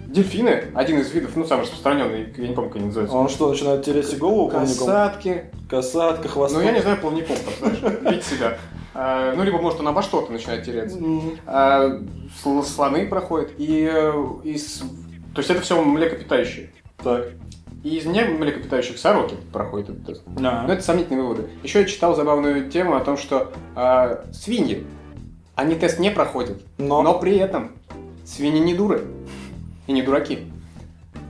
[SPEAKER 2] дельфины, один из видов, ну, самый распространенный, я не помню, как они называются.
[SPEAKER 1] Он что, начинает терять себе голову плавником?
[SPEAKER 2] Касатки.
[SPEAKER 1] Касатка, хвостом.
[SPEAKER 2] Ну, я не знаю, плавником, так знаешь, бить себя. А, Ну, либо, может, он обо что-то начинает теряться.
[SPEAKER 1] М,
[SPEAKER 2] А, сл- слоны проходят. И, э, из- То есть это все млекопитающие.
[SPEAKER 1] Так.
[SPEAKER 2] И из не млекопитающих сороки проходит этот тест. Но
[SPEAKER 1] Да.
[SPEAKER 2] это сомнительные выводы. Еще я читал забавную тему о том, что а, свиньи, они тест не проходят, но,
[SPEAKER 1] Но.
[SPEAKER 2] при этом свиньи не дуры и не дураки.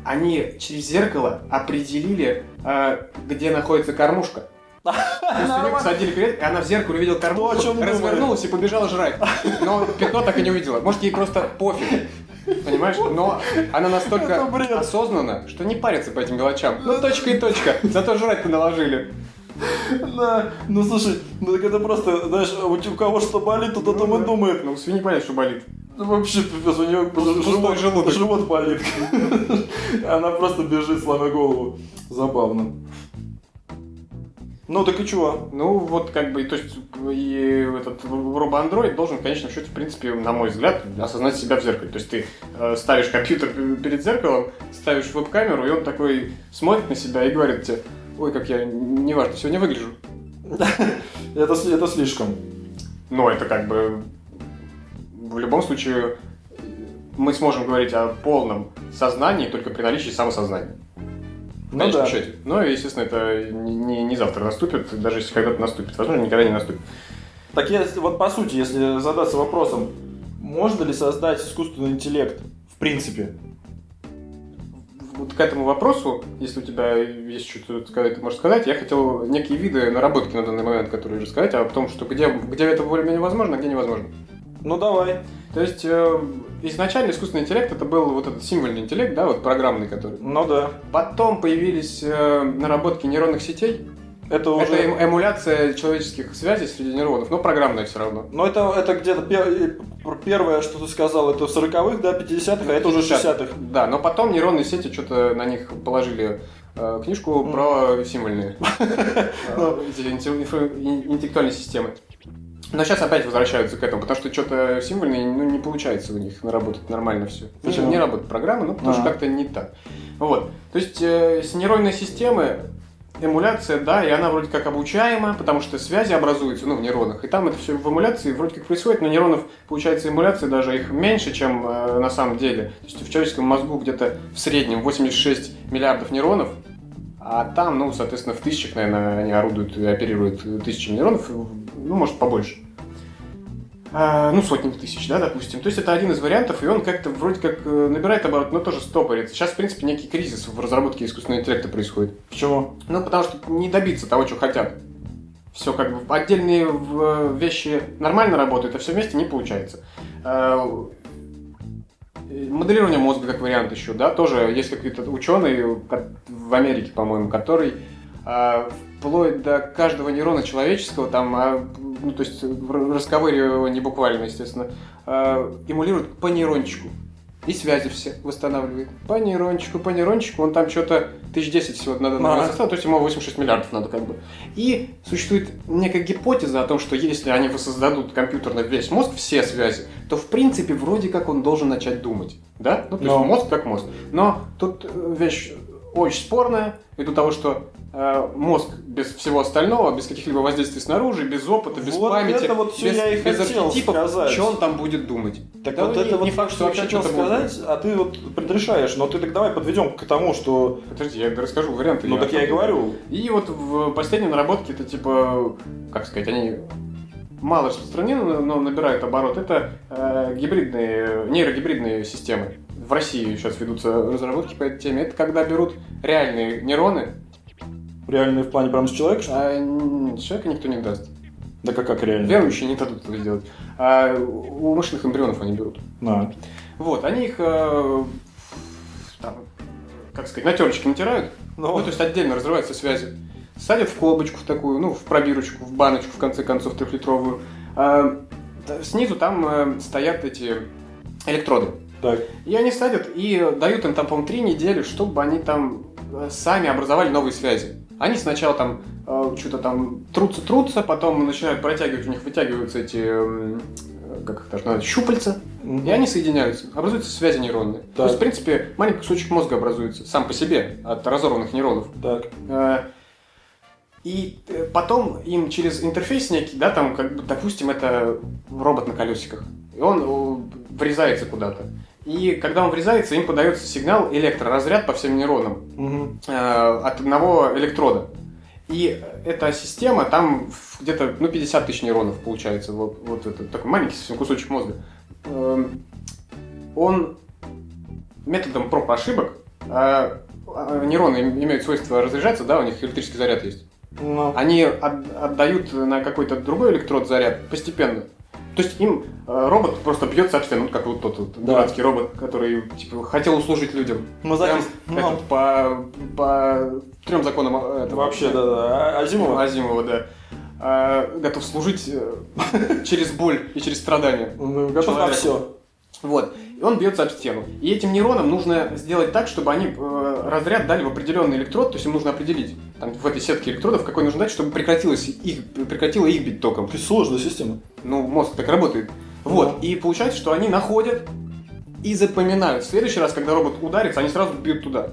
[SPEAKER 2] Они через зеркало определили, а, где находится кормушка. То есть свинью посадили перед, и она в зеркало увидела
[SPEAKER 1] То, Ну, о чем
[SPEAKER 2] кормушку,
[SPEAKER 1] думали.
[SPEAKER 2] развернулась и побежала жрать. Но пятно так и не увидела. Может, ей просто пофиг. Понимаешь? Но она настолько
[SPEAKER 1] Это бред.
[SPEAKER 2] осознанна, что не парится по этим мелочам. Ну, точка и точка. Зато жрать-то наложили.
[SPEAKER 1] Да. Ну слушай, ну так это просто, знаешь, у те- у кого что болит, то о том и думает.
[SPEAKER 2] Ну, у свиньи понятно, что болит.
[SPEAKER 1] Ну, Вообще, пипец, у нее
[SPEAKER 2] пустой желудок.
[SPEAKER 1] живот болит. Она просто бежит, сломя голову. Забавно. Ну так и чего?
[SPEAKER 2] Ну, вот как бы, и то есть, и этот робоандроид должен, в конечном счете, в принципе, на мой взгляд, осознать себя в зеркале. То есть ты э, ставишь компьютер п- перед зеркалом, ставишь веб-камеру, и он такой смотрит на себя и говорит тебе, ой, как я неважно, сегодня выгляжу.
[SPEAKER 1] Это, сли- это слишком.
[SPEAKER 2] Но это как бы в любом случае мы сможем говорить о полном сознании только при наличии самосознания. В
[SPEAKER 1] Ну
[SPEAKER 2] конечном
[SPEAKER 1] да.
[SPEAKER 2] счете. Но, естественно, это не, не- не завтра наступит, даже если когда-то наступит. Возможно, никогда не наступит.
[SPEAKER 1] Так если, вот по сути, если задаться вопросом, можно ли создать искусственный интеллект в принципе?
[SPEAKER 2] Вот к этому вопросу, если у тебя есть что-то сказать, ты можешь сказать, я хотел некие виды наработки на данный момент, которые рассказать, а о том, что где, где это более-менее возможно, а где невозможно.
[SPEAKER 1] Ну давай.
[SPEAKER 2] То есть э, изначально искусственный интеллект это был вот этот символьный интеллект, да, вот программный который.
[SPEAKER 1] Ну да.
[SPEAKER 2] Потом появились э, наработки нейронных сетей.
[SPEAKER 1] Это уже...
[SPEAKER 2] Это эм- эмуляция человеческих связей среди нейронов, но программная все равно.
[SPEAKER 1] Ну это, это где-то пе- пр- первое, что ты сказал, это в 40-х, да, 50-х, а это уже 60-х.
[SPEAKER 2] Э, Да, но потом нейронные сети что-то на них положили э, книжку
[SPEAKER 1] Мгм.
[SPEAKER 2] про символьные э,
[SPEAKER 1] Ну.
[SPEAKER 2] эти инте- инфо- ин- интеллектуальные системы. Но сейчас опять возвращаются к этому, потому что что-то символьные, ну, не получается у них наработать нормально все.
[SPEAKER 1] Почему?
[SPEAKER 2] Не работает программа, ну, потому что
[SPEAKER 1] Ага.
[SPEAKER 2] как-то не так. Вот. То есть э, с нейронной системы эмуляция, да, и она вроде как обучаема, потому что связи образуются, ну, в нейронах, и там это все в эмуляции вроде как происходит, но нейронов, получается, эмуляции даже их меньше, чем э, на самом деле. То есть в человеческом мозгу где-то в среднем 86 миллиардов нейронов, а там, ну, соответственно, в тысячах, наверное, они орудуют и оперируют тысячами нейронов, ну, может, побольше. А, ну, сотни тысяч, да, допустим. То есть это один из вариантов, и он как-то вроде как э, набирает оборот, но тоже стопорит. Сейчас, в принципе, некий кризис в разработке искусственного интеллекта происходит.
[SPEAKER 1] Почему?
[SPEAKER 2] Ну, потому что не добиться того, чего хотят. Все как бы отдельные в- вещи нормально работают, а все вместе не получается. Э, Моделирование мозга как вариант еще, да, тоже есть какие-то ученые в Америке, по-моему, который э, вплоть до каждого нейрона человеческого, там, а, ну, то есть р- расковыривая его не буквально, естественно, а, эмулирует по нейрончику. И связи все восстанавливает. По нейрончику, по нейрончику, он там что-то 1010 всего надо на
[SPEAKER 1] Ага.
[SPEAKER 2] данный состав, то есть ему 86 миллиардов надо как бы. И существует некая гипотеза о том, что если они воссоздадут компьютерно весь мозг, все связи, то в принципе вроде как он должен начать думать. Да? Ну, то есть
[SPEAKER 1] Но.
[SPEAKER 2] мозг как мозг. Но тут э, вещь очень спорная, ввиду того, что э, мозг без всего остального, без каких-либо воздействий снаружи, без опыта, без
[SPEAKER 1] Вот
[SPEAKER 2] памяти,
[SPEAKER 1] это вот всё
[SPEAKER 2] без,
[SPEAKER 1] я и
[SPEAKER 2] без
[SPEAKER 1] хотел
[SPEAKER 2] архетипов,
[SPEAKER 1] сказать.
[SPEAKER 2] что он там будет думать.
[SPEAKER 1] Так
[SPEAKER 2] Да ну
[SPEAKER 1] вот
[SPEAKER 2] не-
[SPEAKER 1] это вот
[SPEAKER 2] не факт,
[SPEAKER 1] я
[SPEAKER 2] что вообще
[SPEAKER 1] хотел
[SPEAKER 2] что-то будет.
[SPEAKER 1] сказать, а ты вот предрешаешь, но ты так давай подведем к тому, что...
[SPEAKER 2] Подожди, я расскажу варианты.
[SPEAKER 1] Ну так я и говорю.
[SPEAKER 2] И вот в последней наработке это типа, как сказать, они мало распространены, но набирают оборот. Это э, гибридные, нейрогибридные системы. В России сейчас ведутся разработки по этой теме. Это когда берут реальные нейроны,
[SPEAKER 1] Реальный в плане прям с человека, что ли?
[SPEAKER 2] а н- человека никто не даст.
[SPEAKER 1] Да как, как реально?
[SPEAKER 2] Верующие не дадут это сделать. А умышленных эмбрионов они берут.
[SPEAKER 1] На.
[SPEAKER 2] Вот, они их, э, там, как сказать, на терочке натирают, Ну, то есть отдельно разрываются связи. Садят в колбочку в такую, ну, в пробирочку, в баночку, в конце концов, трехлитровую. А, т- снизу там э, стоят эти электроды.
[SPEAKER 1] Так.
[SPEAKER 2] И они садят и дают им там, по-моему, три недели, чтобы они там э, сами образовали новые связи. Они сначала там что-то там трутся-трутся, потом начинают протягивать, у них вытягиваются эти, эм, э, как их даже называют, щупальца, и они соединяются, образуются связи нейронные. То
[SPEAKER 1] Так.
[SPEAKER 2] есть, в принципе, маленький кусочек мозга образуется сам по себе от разорванных нейронов.
[SPEAKER 1] Так.
[SPEAKER 2] Э, И э, потом им через интерфейс некий, да, там, как бы, допустим, это робот на колесиках. И он э, врезается куда-то. И когда он врезается, им подается сигнал электроразряд по всем нейронам
[SPEAKER 1] Мгм.
[SPEAKER 2] э, от одного электрода. И эта система, там в- где-то ну, 50 тысяч нейронов получается, вот, вот это такой маленький совсем кусочек мозга. Эм, Он методом проб и ошибок, а, а, нейроны им- имеют свойство разряжаться, да, у них электрический заряд есть.
[SPEAKER 1] Ну.
[SPEAKER 2] Они от- отдают на какой-то другой электрод заряд постепенно. То есть им э, робот просто бьется об стену, вот как вот тот вот
[SPEAKER 1] Да.
[SPEAKER 2] дурацкий робот, который типа, хотел услужить людям.
[SPEAKER 1] Мазохист.
[SPEAKER 2] Прям
[SPEAKER 1] Ну.
[SPEAKER 2] этот по, по трем законам э, этого.
[SPEAKER 1] Вообще, да, да. А-
[SPEAKER 2] Азимова.
[SPEAKER 1] Азимова.
[SPEAKER 2] да. А, готов служить э, через боль и через страдания.
[SPEAKER 1] Ну, Готов на
[SPEAKER 2] Человек.
[SPEAKER 1] все.
[SPEAKER 2] Вот. И он бьется об стену. И этим нейронам нужно сделать так, чтобы они э, разряд дали в определенный электрод, то есть им нужно определить там, в этой сетке электродов, какой нужно дать, чтобы прекратилось их, прекратило их бить током.
[SPEAKER 1] Сложная система.
[SPEAKER 2] Ну, мозг так работает. Вот. И получается, что они находят и запоминают. В следующий раз, когда робот ударится, они сразу бьют туда.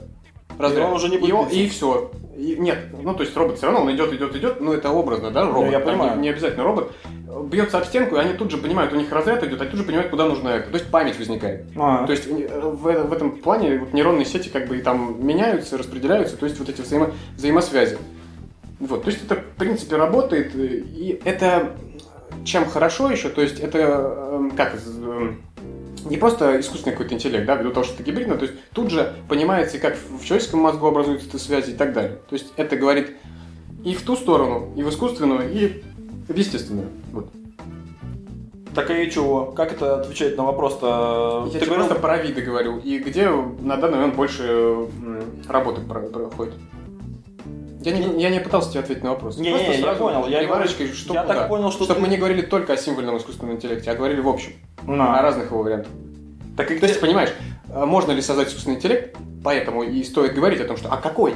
[SPEAKER 1] И он уже не будет
[SPEAKER 2] И,
[SPEAKER 1] биться.
[SPEAKER 2] все. нет, ну то есть робот все равно, он идет, идет, идет, но это образно, да, робот.
[SPEAKER 1] Ну, я
[SPEAKER 2] там не-
[SPEAKER 1] понимаю.
[SPEAKER 2] Не, обязательно робот. Бьется об стенку, и они тут же понимают, у них разряд идет, они тут же понимают, куда нужно это. То есть память возникает.
[SPEAKER 1] А.
[SPEAKER 2] То есть э, в, э- в этом плане вот нейронные сети как бы и там меняются, распределяются, то есть вот эти взаимо- взаимосвязи. Вот, то есть это в принципе работает, э, и это э, чем хорошо еще, то есть это эм, как из- эм, не просто искусственный какой-то интеллект, да, ввиду того, что это гибридно, то есть тут же понимается, и как в человеческом мозгу образуются эти связи и так далее. То есть это говорит и в ту сторону, и в искусственную, и в естественную. Вот.
[SPEAKER 1] Так и чего? Как это отвечает на вопрос-то?
[SPEAKER 2] Я
[SPEAKER 1] Ты
[SPEAKER 2] тебе
[SPEAKER 1] говорил,
[SPEAKER 2] просто про виды говорю. И где на данный момент больше м, работы про- проходит? Я не, я не пытался тебе ответить на вопрос.
[SPEAKER 1] Не,
[SPEAKER 2] Просто
[SPEAKER 1] не, я
[SPEAKER 2] сразу
[SPEAKER 1] понял. Я
[SPEAKER 2] переварочкой, что
[SPEAKER 1] я
[SPEAKER 2] куда.
[SPEAKER 1] так понял, что
[SPEAKER 2] Чтобы
[SPEAKER 1] ты-
[SPEAKER 2] мы не говорили только о символьном искусственном интеллекте, а говорили в общем,
[SPEAKER 1] На.
[SPEAKER 2] о разных его вариантах.
[SPEAKER 1] Так и
[SPEAKER 2] А То есть,
[SPEAKER 1] А. где?
[SPEAKER 2] понимаешь, а можно ли создать искусственный интеллект, поэтому и стоит говорить о том, что а какой?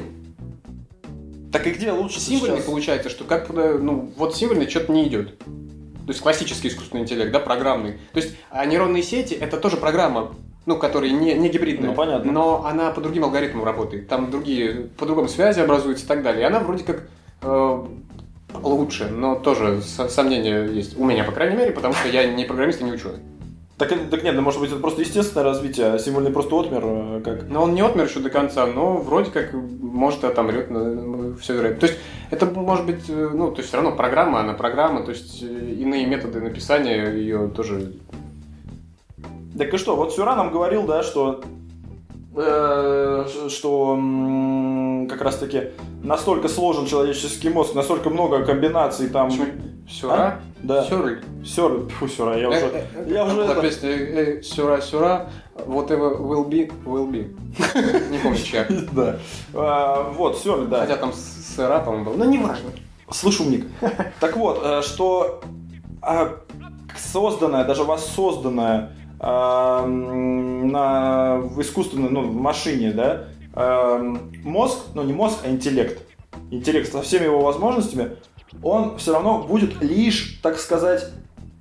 [SPEAKER 1] Так и где лучше
[SPEAKER 2] Символьный
[SPEAKER 1] сейчас?
[SPEAKER 2] получается, что как э, ну вот символьный что-то не идет. То есть классический искусственный интеллект, да, программный. То есть а нейронные сети это тоже программа, ну, которая не, не гибридная.
[SPEAKER 1] Ну, понятно.
[SPEAKER 2] Но она по другим алгоритмам работает. Там другие, по-другому связи образуются и так далее. И она вроде как э, лучше, но тоже со- сомнения есть. У меня, по крайней мере, потому что я не программист и не ученый.
[SPEAKER 1] Так, это- так нет, ну, может быть это просто естественное развитие, а символьный просто отмер, э, как...
[SPEAKER 2] Но Ну, он не отмер еще до конца, но вроде как, может, и отомрет, все вероятно. То есть, это может быть, э, ну, то есть, все равно программа, она программа, то есть, э, иные методы написания ее тоже...
[SPEAKER 1] Так и что, вот Сюра нам говорил, да, что... э, ш- что м, как раз таки настолько сложен человеческий мозг, настолько много комбинаций там...
[SPEAKER 2] Сюра?
[SPEAKER 1] а? Да.
[SPEAKER 2] Сёры.
[SPEAKER 1] Сёра, тьфу, сёра,
[SPEAKER 2] Э,
[SPEAKER 1] я уже... Я уже
[SPEAKER 2] Была
[SPEAKER 1] это-
[SPEAKER 2] песня э, э, «Сюра, сюра, whatever will be, will be». Не помню, чья.
[SPEAKER 1] Да. А, Вот, сёра, да.
[SPEAKER 2] Хотя там с- сыра, по-моему, был.
[SPEAKER 4] Ну, неважно.
[SPEAKER 1] Слышу умник. Так вот, э, что а, к- созданная, даже воссозданная а, м, на в искусственной, ну, в машине, да, а, м, мозг, ну не мозг, а интеллект, интеллект со всеми его возможностями, он все равно будет лишь, так сказать,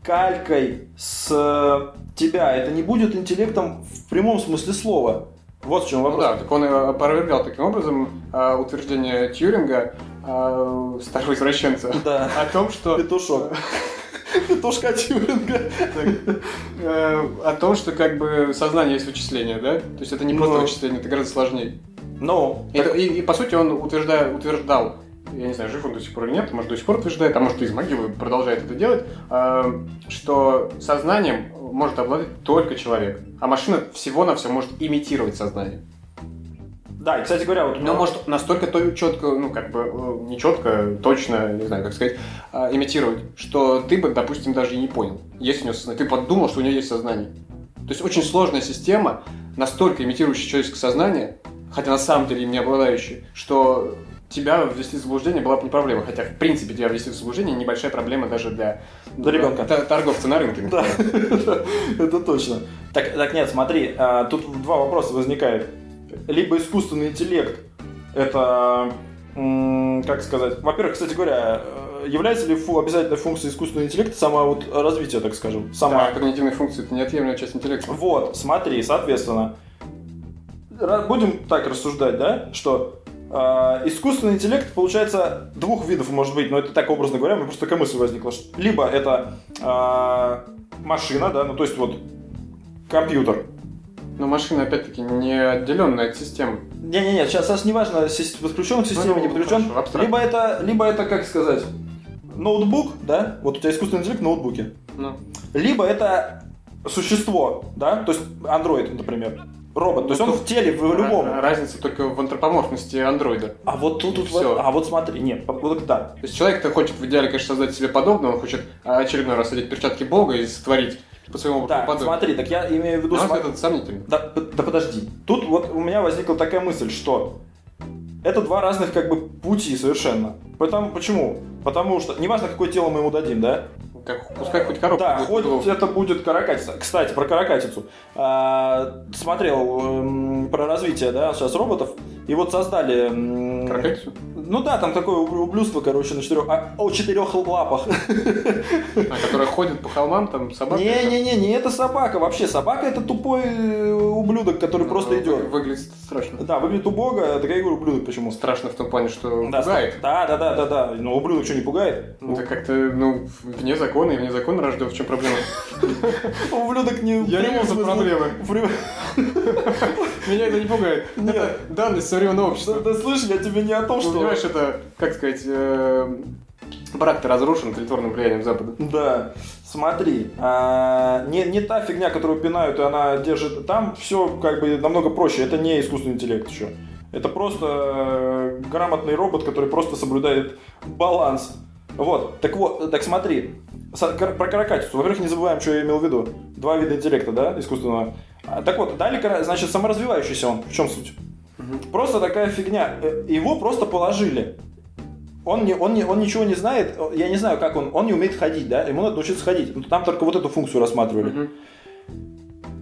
[SPEAKER 1] калькой с э, тебя. Это не будет интеллектом в прямом смысле слова. Вот в чем
[SPEAKER 2] Ну
[SPEAKER 1] вопрос.
[SPEAKER 2] да, так он и опровергал таким образом а, утверждение Тьюринга, а, старого извращенца,
[SPEAKER 1] Да.
[SPEAKER 2] о том, что...
[SPEAKER 1] Петушок. Петушка Тьюринга.
[SPEAKER 2] Так, э, о том, что как бы сознание есть вычисление, да? То есть это не просто
[SPEAKER 1] Ну.
[SPEAKER 2] вычисление, это гораздо сложнее.
[SPEAKER 1] Ну,
[SPEAKER 2] И, это- и- и, по сути он утвержда- утверждал, я не знаю, жив он до сих пор или нет, может до сих пор утверждает, а может из могилы продолжает это делать, э, что сознанием может обладать только человек, а машина всего на все может имитировать сознание.
[SPEAKER 1] Да, и, кстати говоря, вот у меня
[SPEAKER 2] Но Ну, может настолько то четко, ну как бы э, не четко, точно, не знаю, как сказать, а, имитировать, что ты бы, допустим, даже и не понял, есть у нее сознание. Ты подумал, что у нее есть сознание. То есть очень сложная система, настолько имитирующая человеческое сознание, хотя на самом деле им не обладающая, что тебя ввести в заблуждение была бы не проблема. Хотя, в принципе, тебя ввести в заблуждение небольшая проблема даже для,
[SPEAKER 1] Для ребенка.
[SPEAKER 2] т- торговца на рынке.
[SPEAKER 1] Да, это точно. Так, так нет, смотри, а, тут два вопроса возникают. Либо искусственный интеллект, это, м, как сказать, во-первых, кстати говоря, э, является ли фу, обязательной функцией искусственного интеллекта сама вот э, развитие, так скажем, сама.
[SPEAKER 2] Да, когнитивные функции это неотъемлемая часть интеллекта.
[SPEAKER 1] Вот, смотри, соответственно, ра- будем так рассуждать, да, что э, искусственный интеллект, получается, двух видов может быть, но это так образно говоря, у меня просто такая мысль возникла. что либо это э, машина, да, ну то есть вот компьютер.
[SPEAKER 2] Но машина, опять-таки, не отделенная от системы.
[SPEAKER 1] Не-не-не, сейчас, сейчас неважно, сис- подключен к системе,
[SPEAKER 2] Ну,
[SPEAKER 1] не подключен.
[SPEAKER 2] хорошо, абстрактно.
[SPEAKER 1] либо это, либо это, как сказать, ноутбук, да, вот у тебя искусственный интеллект в ноутбуке.
[SPEAKER 2] Ну.
[SPEAKER 1] Либо это существо, да, то есть андроид, например, робот, то есть он в теле, в любом.
[SPEAKER 2] Ра- Разница только в антропоморфности андроида.
[SPEAKER 1] А вот тут
[SPEAKER 2] И
[SPEAKER 1] вот,
[SPEAKER 2] всё.
[SPEAKER 1] вот- а вот смотри, нет, вот да.
[SPEAKER 2] То есть человек-то хочет в идеале, конечно, создать себе подобное, он хочет а, очередной раз одеть перчатки бога и сотворить по своему образу
[SPEAKER 1] Да,
[SPEAKER 2] подобное.
[SPEAKER 1] смотри, так я имею в
[SPEAKER 2] На
[SPEAKER 1] виду...
[SPEAKER 2] мой
[SPEAKER 1] смо-
[SPEAKER 2] взгляд, это сомнительно.
[SPEAKER 1] Да, п- да подожди. Тут вот у меня возникла такая мысль, что это два разных как бы пути совершенно. Потому, почему? Потому что, неважно, какое тело мы ему дадим, да?
[SPEAKER 2] Так, пускай хоть коробка
[SPEAKER 1] да,
[SPEAKER 2] будет
[SPEAKER 1] хоть
[SPEAKER 2] голову.
[SPEAKER 1] это будет каракатица. Кстати, про каракатицу. А, смотрел эм, про развитие, да, сейчас роботов. И вот создали... м,
[SPEAKER 2] Каракатицу?
[SPEAKER 1] Ну да, там такое уб- ублюдство, короче, на четырех... а, о четырех лапах.
[SPEAKER 2] А, которая ходит по холмам, там собака.
[SPEAKER 1] Не-не-не, не это собака. Вообще собака это тупой э, ублюдок, который
[SPEAKER 2] Ну,
[SPEAKER 1] просто
[SPEAKER 2] вы-
[SPEAKER 1] идет.
[SPEAKER 2] Выглядит страшно.
[SPEAKER 1] Да, выглядит убого, так я и говорю ублюдок почему.
[SPEAKER 2] Страшно в том плане, что
[SPEAKER 1] Да,
[SPEAKER 2] пугает.
[SPEAKER 1] Да, да, да, да, да. Ну, ублюдок что, не пугает?
[SPEAKER 2] Ну, Это как-то, ну, вне закона и вне закона рожден. В чем проблема?
[SPEAKER 1] Ублюдок не... в
[SPEAKER 2] Я не
[SPEAKER 1] прямом
[SPEAKER 2] вижу
[SPEAKER 1] смысле-
[SPEAKER 2] проблемы.
[SPEAKER 1] в прямом-
[SPEAKER 2] Меня это не пугает.
[SPEAKER 1] Нет.
[SPEAKER 2] Это данность современного общества.
[SPEAKER 1] Да, да, слышь, я тебе не о том,
[SPEAKER 2] Ну,
[SPEAKER 1] что...
[SPEAKER 2] Понимаешь, это, как сказать, э, брак-то разрушен культурным влиянием Запада.
[SPEAKER 1] Да, смотри, а, не, не та фигня, которую пинают, и она держит... Там все как бы намного проще, это не искусственный интеллект еще. Это просто э, грамотный робот, который просто соблюдает баланс. Вот, так вот, так смотри, Со- кар- про каракатицу. Во-первых, не забываем, что я имел в виду. Два вида интеллекта, да, искусственного. А, Так вот, дали, кара- значит, саморазвивающийся он. В чем суть? Просто такая фигня. Э, Его просто положили. Он, не, он, не, он ничего не знает, О, я не знаю, как он, он не умеет ходить, да, ему надо научиться ходить. Ну, Там только вот эту функцию рассматривали.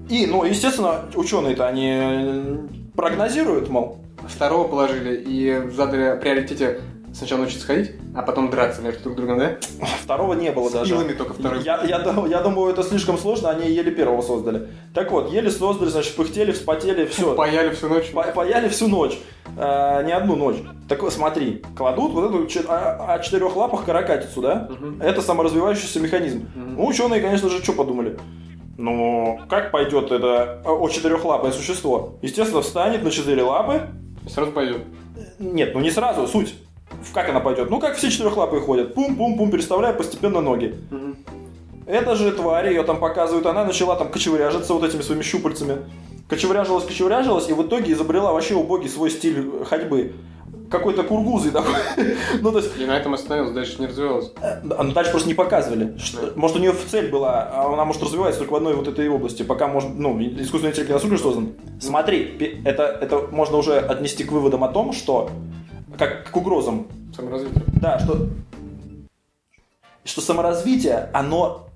[SPEAKER 1] И, ну, естественно, ученые-то, они э, прогнозируют, мол,
[SPEAKER 2] Второго положили и задали приоритете сначала научиться ходить, а потом драться между друг другом, да?
[SPEAKER 1] второго не было
[SPEAKER 2] С
[SPEAKER 1] даже.
[SPEAKER 2] пилами только второй.
[SPEAKER 1] Я, я дум- я думаю, это слишком сложно, они еле первого создали. Так вот, еле создали, значит, пыхтели, вспотели, все.
[SPEAKER 2] Паяли всю ночь.
[SPEAKER 1] По- Паяли всю ночь. А, не одну ночь. Так вот, смотри, кладут вот эту че- о, о четырех лапах каракатицу, да?
[SPEAKER 2] Мгм.
[SPEAKER 1] Это саморазвивающийся механизм.
[SPEAKER 2] Мгм.
[SPEAKER 1] Ну, ученые, конечно же, что подумали? Ну, как пойдет это э, о четырехлапое существо? Естественно, встанет на четыре лапы.
[SPEAKER 2] И Сразу пойдет.
[SPEAKER 1] Нет, ну не сразу, суть. В Как она пойдет? Ну, как все четырехлапые ходят. Пум-пум-пум, переставляя постепенно ноги. Эта же тварь, ее там показывают, она начала там кочевряжиться вот этими своими щупальцами. Кочевряжилась, кочевряжилась, и в итоге изобрела вообще убогий свой стиль э, ходьбы. какой-то кургузый такой. ну, то есть,
[SPEAKER 2] И на этом остановился, дальше не развивалось.
[SPEAKER 1] а, ну, дальше просто не показывали. Что- может, у нее цель была, а она может развивается только в одной вот этой области, пока может, ну, искусственный интеллект настолько создан. Смотри, пе- это, это можно уже отнести к выводам о том, что, как к угрозам,
[SPEAKER 2] Саморазвитие.
[SPEAKER 1] да, что, что саморазвитие, оно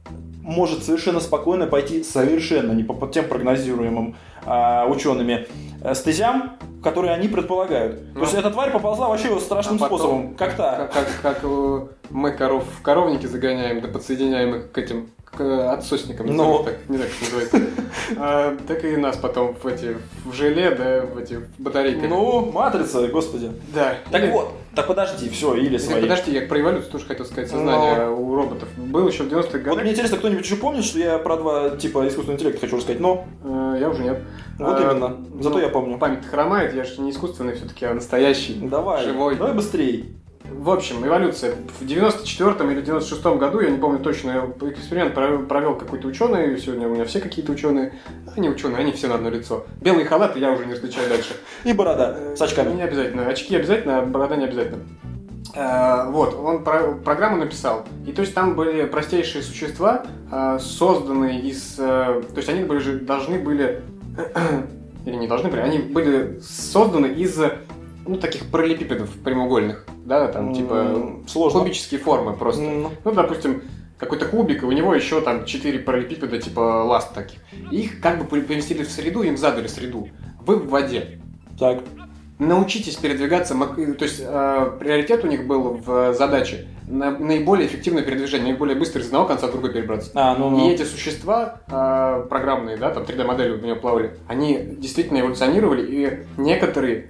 [SPEAKER 1] может совершенно спокойно пойти совершенно не по, по тем прогнозируемым а, учеными а, стезям, которые они предполагают. То
[SPEAKER 2] Ну.
[SPEAKER 1] есть эта тварь поползла вообще вот страшным
[SPEAKER 2] А потом-
[SPEAKER 1] способом, как та.
[SPEAKER 2] Как, как- как, э, мы коров в коровники загоняем, да подсоединяем их к этим к э, отсосникам, не
[SPEAKER 1] Ну.
[SPEAKER 2] знаю, так, не знаю, как это называется. А, Так и нас потом в эти в желе, да, в эти батарейки.
[SPEAKER 1] Ну, матрица, господи.
[SPEAKER 2] да.
[SPEAKER 1] Так
[SPEAKER 2] Или-
[SPEAKER 1] вот, так подожди, Ну. все, или
[SPEAKER 2] Или
[SPEAKER 1] свои.
[SPEAKER 2] подожди, я про эволюцию тоже хотел сказать, сознание у роботов. Был еще в 90-х
[SPEAKER 1] Вот
[SPEAKER 2] годах,
[SPEAKER 1] мне интересно, кто-нибудь еще помнит, что я про два типа искусственного интеллекта хочу рассказать, но
[SPEAKER 2] э, я уже нет.
[SPEAKER 1] вот
[SPEAKER 2] А,
[SPEAKER 1] именно, зато
[SPEAKER 2] ну,
[SPEAKER 1] я помню.
[SPEAKER 2] Память хромает, я же не искусственный все-таки, а настоящий.
[SPEAKER 1] Давай,
[SPEAKER 2] живой.
[SPEAKER 1] давай быстрее.
[SPEAKER 2] В общем, эволюция. В 94 или 96 году, я не помню точно, эксперимент провел, провел какой-то ученый, сегодня у меня все какие-то ученые. Они ученые, они все на одно лицо. Белые халаты я уже не различаю дальше.
[SPEAKER 1] И борода
[SPEAKER 2] Э,
[SPEAKER 1] с очками.
[SPEAKER 2] Не обязательно. Очки обязательно, а борода не обязательно. Э, Вот, он про- программу написал. И то есть там были простейшие существа, э, созданные из... э, То есть они были же должны были... Или не должны были, они были созданы из э, ну, таких параллелепипедов прямоугольных, да, там, типа,
[SPEAKER 1] М, сложно.
[SPEAKER 2] кубические формы просто.
[SPEAKER 1] М,
[SPEAKER 2] Ну, допустим, какой-то кубик, и у него еще там 4 параллелепипеда типа ласт таких. И их как бы поместили в среду, им задали среду. Вы в воде
[SPEAKER 1] Так,
[SPEAKER 2] научитесь передвигаться, мак- то есть э, приоритет у них был в э, задаче на- наиболее эффективное передвижение, наиболее быстро из одного конца в другой перебраться.
[SPEAKER 1] а, ну,
[SPEAKER 2] И
[SPEAKER 1] ну.
[SPEAKER 2] эти существа э, программные, да, там 3D-модели у меня плавали, они действительно эволюционировали, и некоторые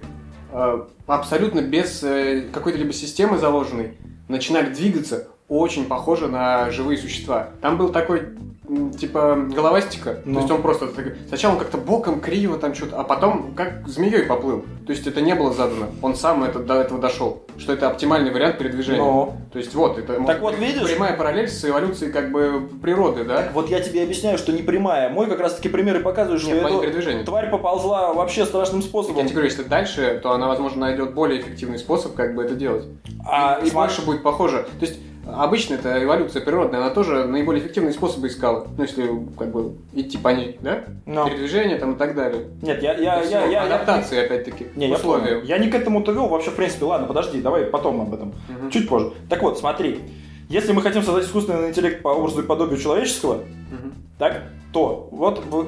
[SPEAKER 2] э, абсолютно без э, какой-то либо системы заложенной начинали двигаться очень похоже на живые существа. Там был такой м, типа головастика,
[SPEAKER 1] Ну.
[SPEAKER 2] то есть он просто так- сначала он как-то боком криво там что-то, а потом как змеей поплыл. То есть это не было задано. Он сам это, до этого дошел, что это оптимальный вариант передвижения.
[SPEAKER 1] Ну.
[SPEAKER 2] То есть вот это может
[SPEAKER 1] вот,
[SPEAKER 2] быть
[SPEAKER 1] видишь?
[SPEAKER 2] прямая параллель с эволюцией как бы природы, да?
[SPEAKER 1] Так вот я тебе объясняю, что не прямая. Мой как раз таки пример и показывает, что
[SPEAKER 2] Нет, в плане
[SPEAKER 1] эту
[SPEAKER 2] передвижения.
[SPEAKER 1] тварь поползла вообще страшным
[SPEAKER 2] Я
[SPEAKER 1] способом.
[SPEAKER 2] тебе говорю, если дальше, то она, возможно, найдет более эффективный способ, как бы это делать.
[SPEAKER 1] А,
[SPEAKER 2] и, и
[SPEAKER 1] сма-
[SPEAKER 2] больше будет похоже. То есть обычно это эволюция природная, она тоже наиболее эффективные способы искала. Ну, если как бы идти по ней, да?
[SPEAKER 1] Ну.
[SPEAKER 2] Передвижение там и так далее.
[SPEAKER 1] Нет, я... я,
[SPEAKER 2] То
[SPEAKER 1] я,
[SPEAKER 2] есть,
[SPEAKER 1] я- я-
[SPEAKER 2] адаптации, опять-таки,
[SPEAKER 1] Не,
[SPEAKER 2] к
[SPEAKER 1] я понял.
[SPEAKER 2] условиям.
[SPEAKER 1] Я не к этому-то вел, вообще, в принципе, ладно, подожди, давай потом об этом.
[SPEAKER 2] Мгм.
[SPEAKER 1] Чуть позже. Так вот, смотри. Если мы хотим создать искусственный интеллект по образу и подобию человеческого,
[SPEAKER 2] Мгм.
[SPEAKER 1] так, то вот вы-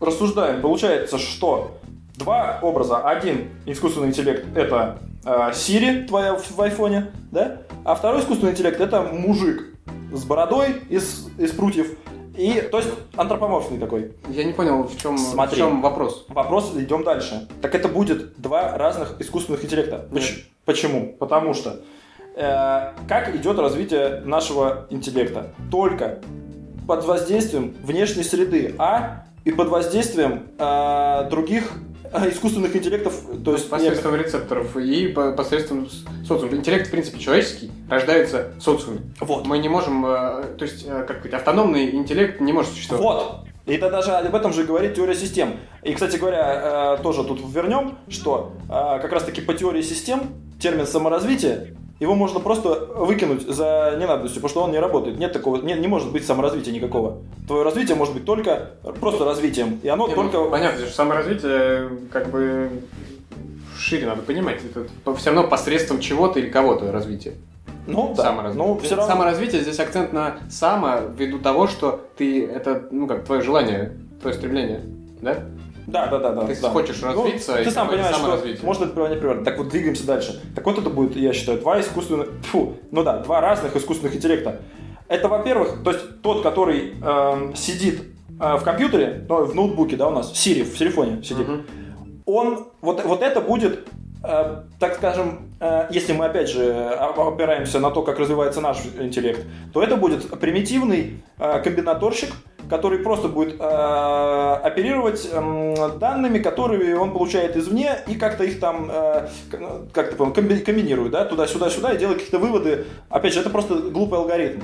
[SPEAKER 1] рассуждаем, получается, что два образа. Один искусственный интеллект — это э, Siri твоя в, в айфоне, да? А второй искусственный интеллект — это мужик с бородой из, из прутьев. И, то есть, антропоморфный такой.
[SPEAKER 2] Я не понял, в чем, в
[SPEAKER 1] Смотри.
[SPEAKER 2] чем вопрос.
[SPEAKER 1] Вопрос, идем дальше. Так это будет два разных искусственных интеллекта. Поч-
[SPEAKER 2] Нет.
[SPEAKER 1] Почему? Потому что э, как идет развитие нашего интеллекта? Только под воздействием внешней среды, а и под воздействием э, других э, искусственных интеллектов, то есть не-
[SPEAKER 2] Посредством рецепторов и по- посредством с- социума. Интеллект, в принципе, человеческий, рождается в социуме.
[SPEAKER 1] вот,
[SPEAKER 2] Мы не можем, э, то есть, э, как сказать, автономный интеллект не может существовать.
[SPEAKER 1] вот. И это даже об этом же говорит теория систем. И, кстати говоря, э, тоже тут вернем, что э, как раз-таки по теории систем термин саморазвитие его можно просто выкинуть за ненадобностью, потому что он не работает. Нет такого, не, не может быть саморазвития никакого. Твое развитие может быть только просто развитием, и оно
[SPEAKER 2] Не, ну,
[SPEAKER 1] только
[SPEAKER 2] Понятно, что саморазвитие э, как бы шире надо понимать. Это все равно посредством чего-то или кого-то развитие.
[SPEAKER 1] Ну, да.
[SPEAKER 2] Саморазвитие.
[SPEAKER 1] Ну, все равно.
[SPEAKER 2] Саморазвитие здесь акцент на само ввиду того, что ты это, ну как, твое желание, твое стремление. Да?
[SPEAKER 1] Да, да, да, да.
[SPEAKER 2] Ты
[SPEAKER 1] да.
[SPEAKER 2] хочешь развиться,
[SPEAKER 1] Ну,
[SPEAKER 2] и
[SPEAKER 1] ты сам
[SPEAKER 2] как бы
[SPEAKER 1] понимаешь,
[SPEAKER 2] саморазвитие.
[SPEAKER 1] что можно это не приводить. Так вот, двигаемся дальше. Так вот это будет, я считаю, два искусственных... Фу, ну да, два разных искусственных интеллекта. Это, во-первых, то есть тот, который эм, сидит э, в компьютере, ну, в ноутбуке, да, у нас, в Siri, в телефоне сидит,
[SPEAKER 2] Мгм.
[SPEAKER 1] он, вот, вот это будет, э, так скажем, э, если мы опять же о- опираемся на то, как развивается наш интеллект, то это будет примитивный э, комбинаторщик, который просто будет э, оперировать эм, данными, которые он получает извне, и как-то их там, э, к- ну, как ты понял, комби- комбинирует, да, туда-сюда, сюда, и делает какие-то выводы. Опять же, это просто глупый алгоритм.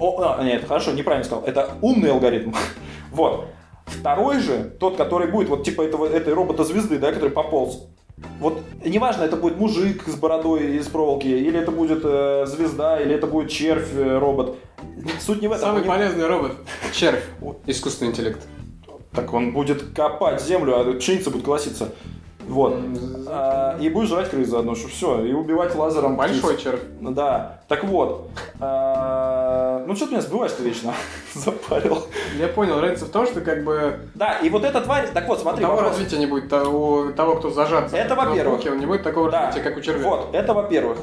[SPEAKER 1] О, а, нет, хорошо, неправильно сказал. Это умный алгоритм. Вот. Второй же, тот, который будет, вот типа этого, этой робота-звезды, да, который пополз, Вот неважно, это будет мужик с бородой из проволоки, или это будет э, звезда, или это будет червь, э, робот. Суть не в этом.
[SPEAKER 2] Самый
[SPEAKER 1] Они-
[SPEAKER 2] полезный робот. Червь.
[SPEAKER 1] Вот.
[SPEAKER 2] Искусственный интеллект.
[SPEAKER 1] Так он будет копать землю, а пшеница будет колоситься. Вот. А, и будет жрать крыс заодно, что все, и убивать лазером птиц.
[SPEAKER 2] Большой червь.
[SPEAKER 1] Ну Да, так вот. А, Ну что ты меня сбиваешь-то вечно? Запарил.
[SPEAKER 2] Я понял, разница в том, что как бы
[SPEAKER 1] Да, и вот эта тварь, так вот,
[SPEAKER 2] у
[SPEAKER 1] смотри,
[SPEAKER 2] того
[SPEAKER 1] вопрос.
[SPEAKER 2] развития не будет, того, у того, кто зажат.
[SPEAKER 1] Это во-первых.
[SPEAKER 2] Он не будет такого
[SPEAKER 1] Да.
[SPEAKER 2] развития, как у червя.
[SPEAKER 1] Вот, это во-первых.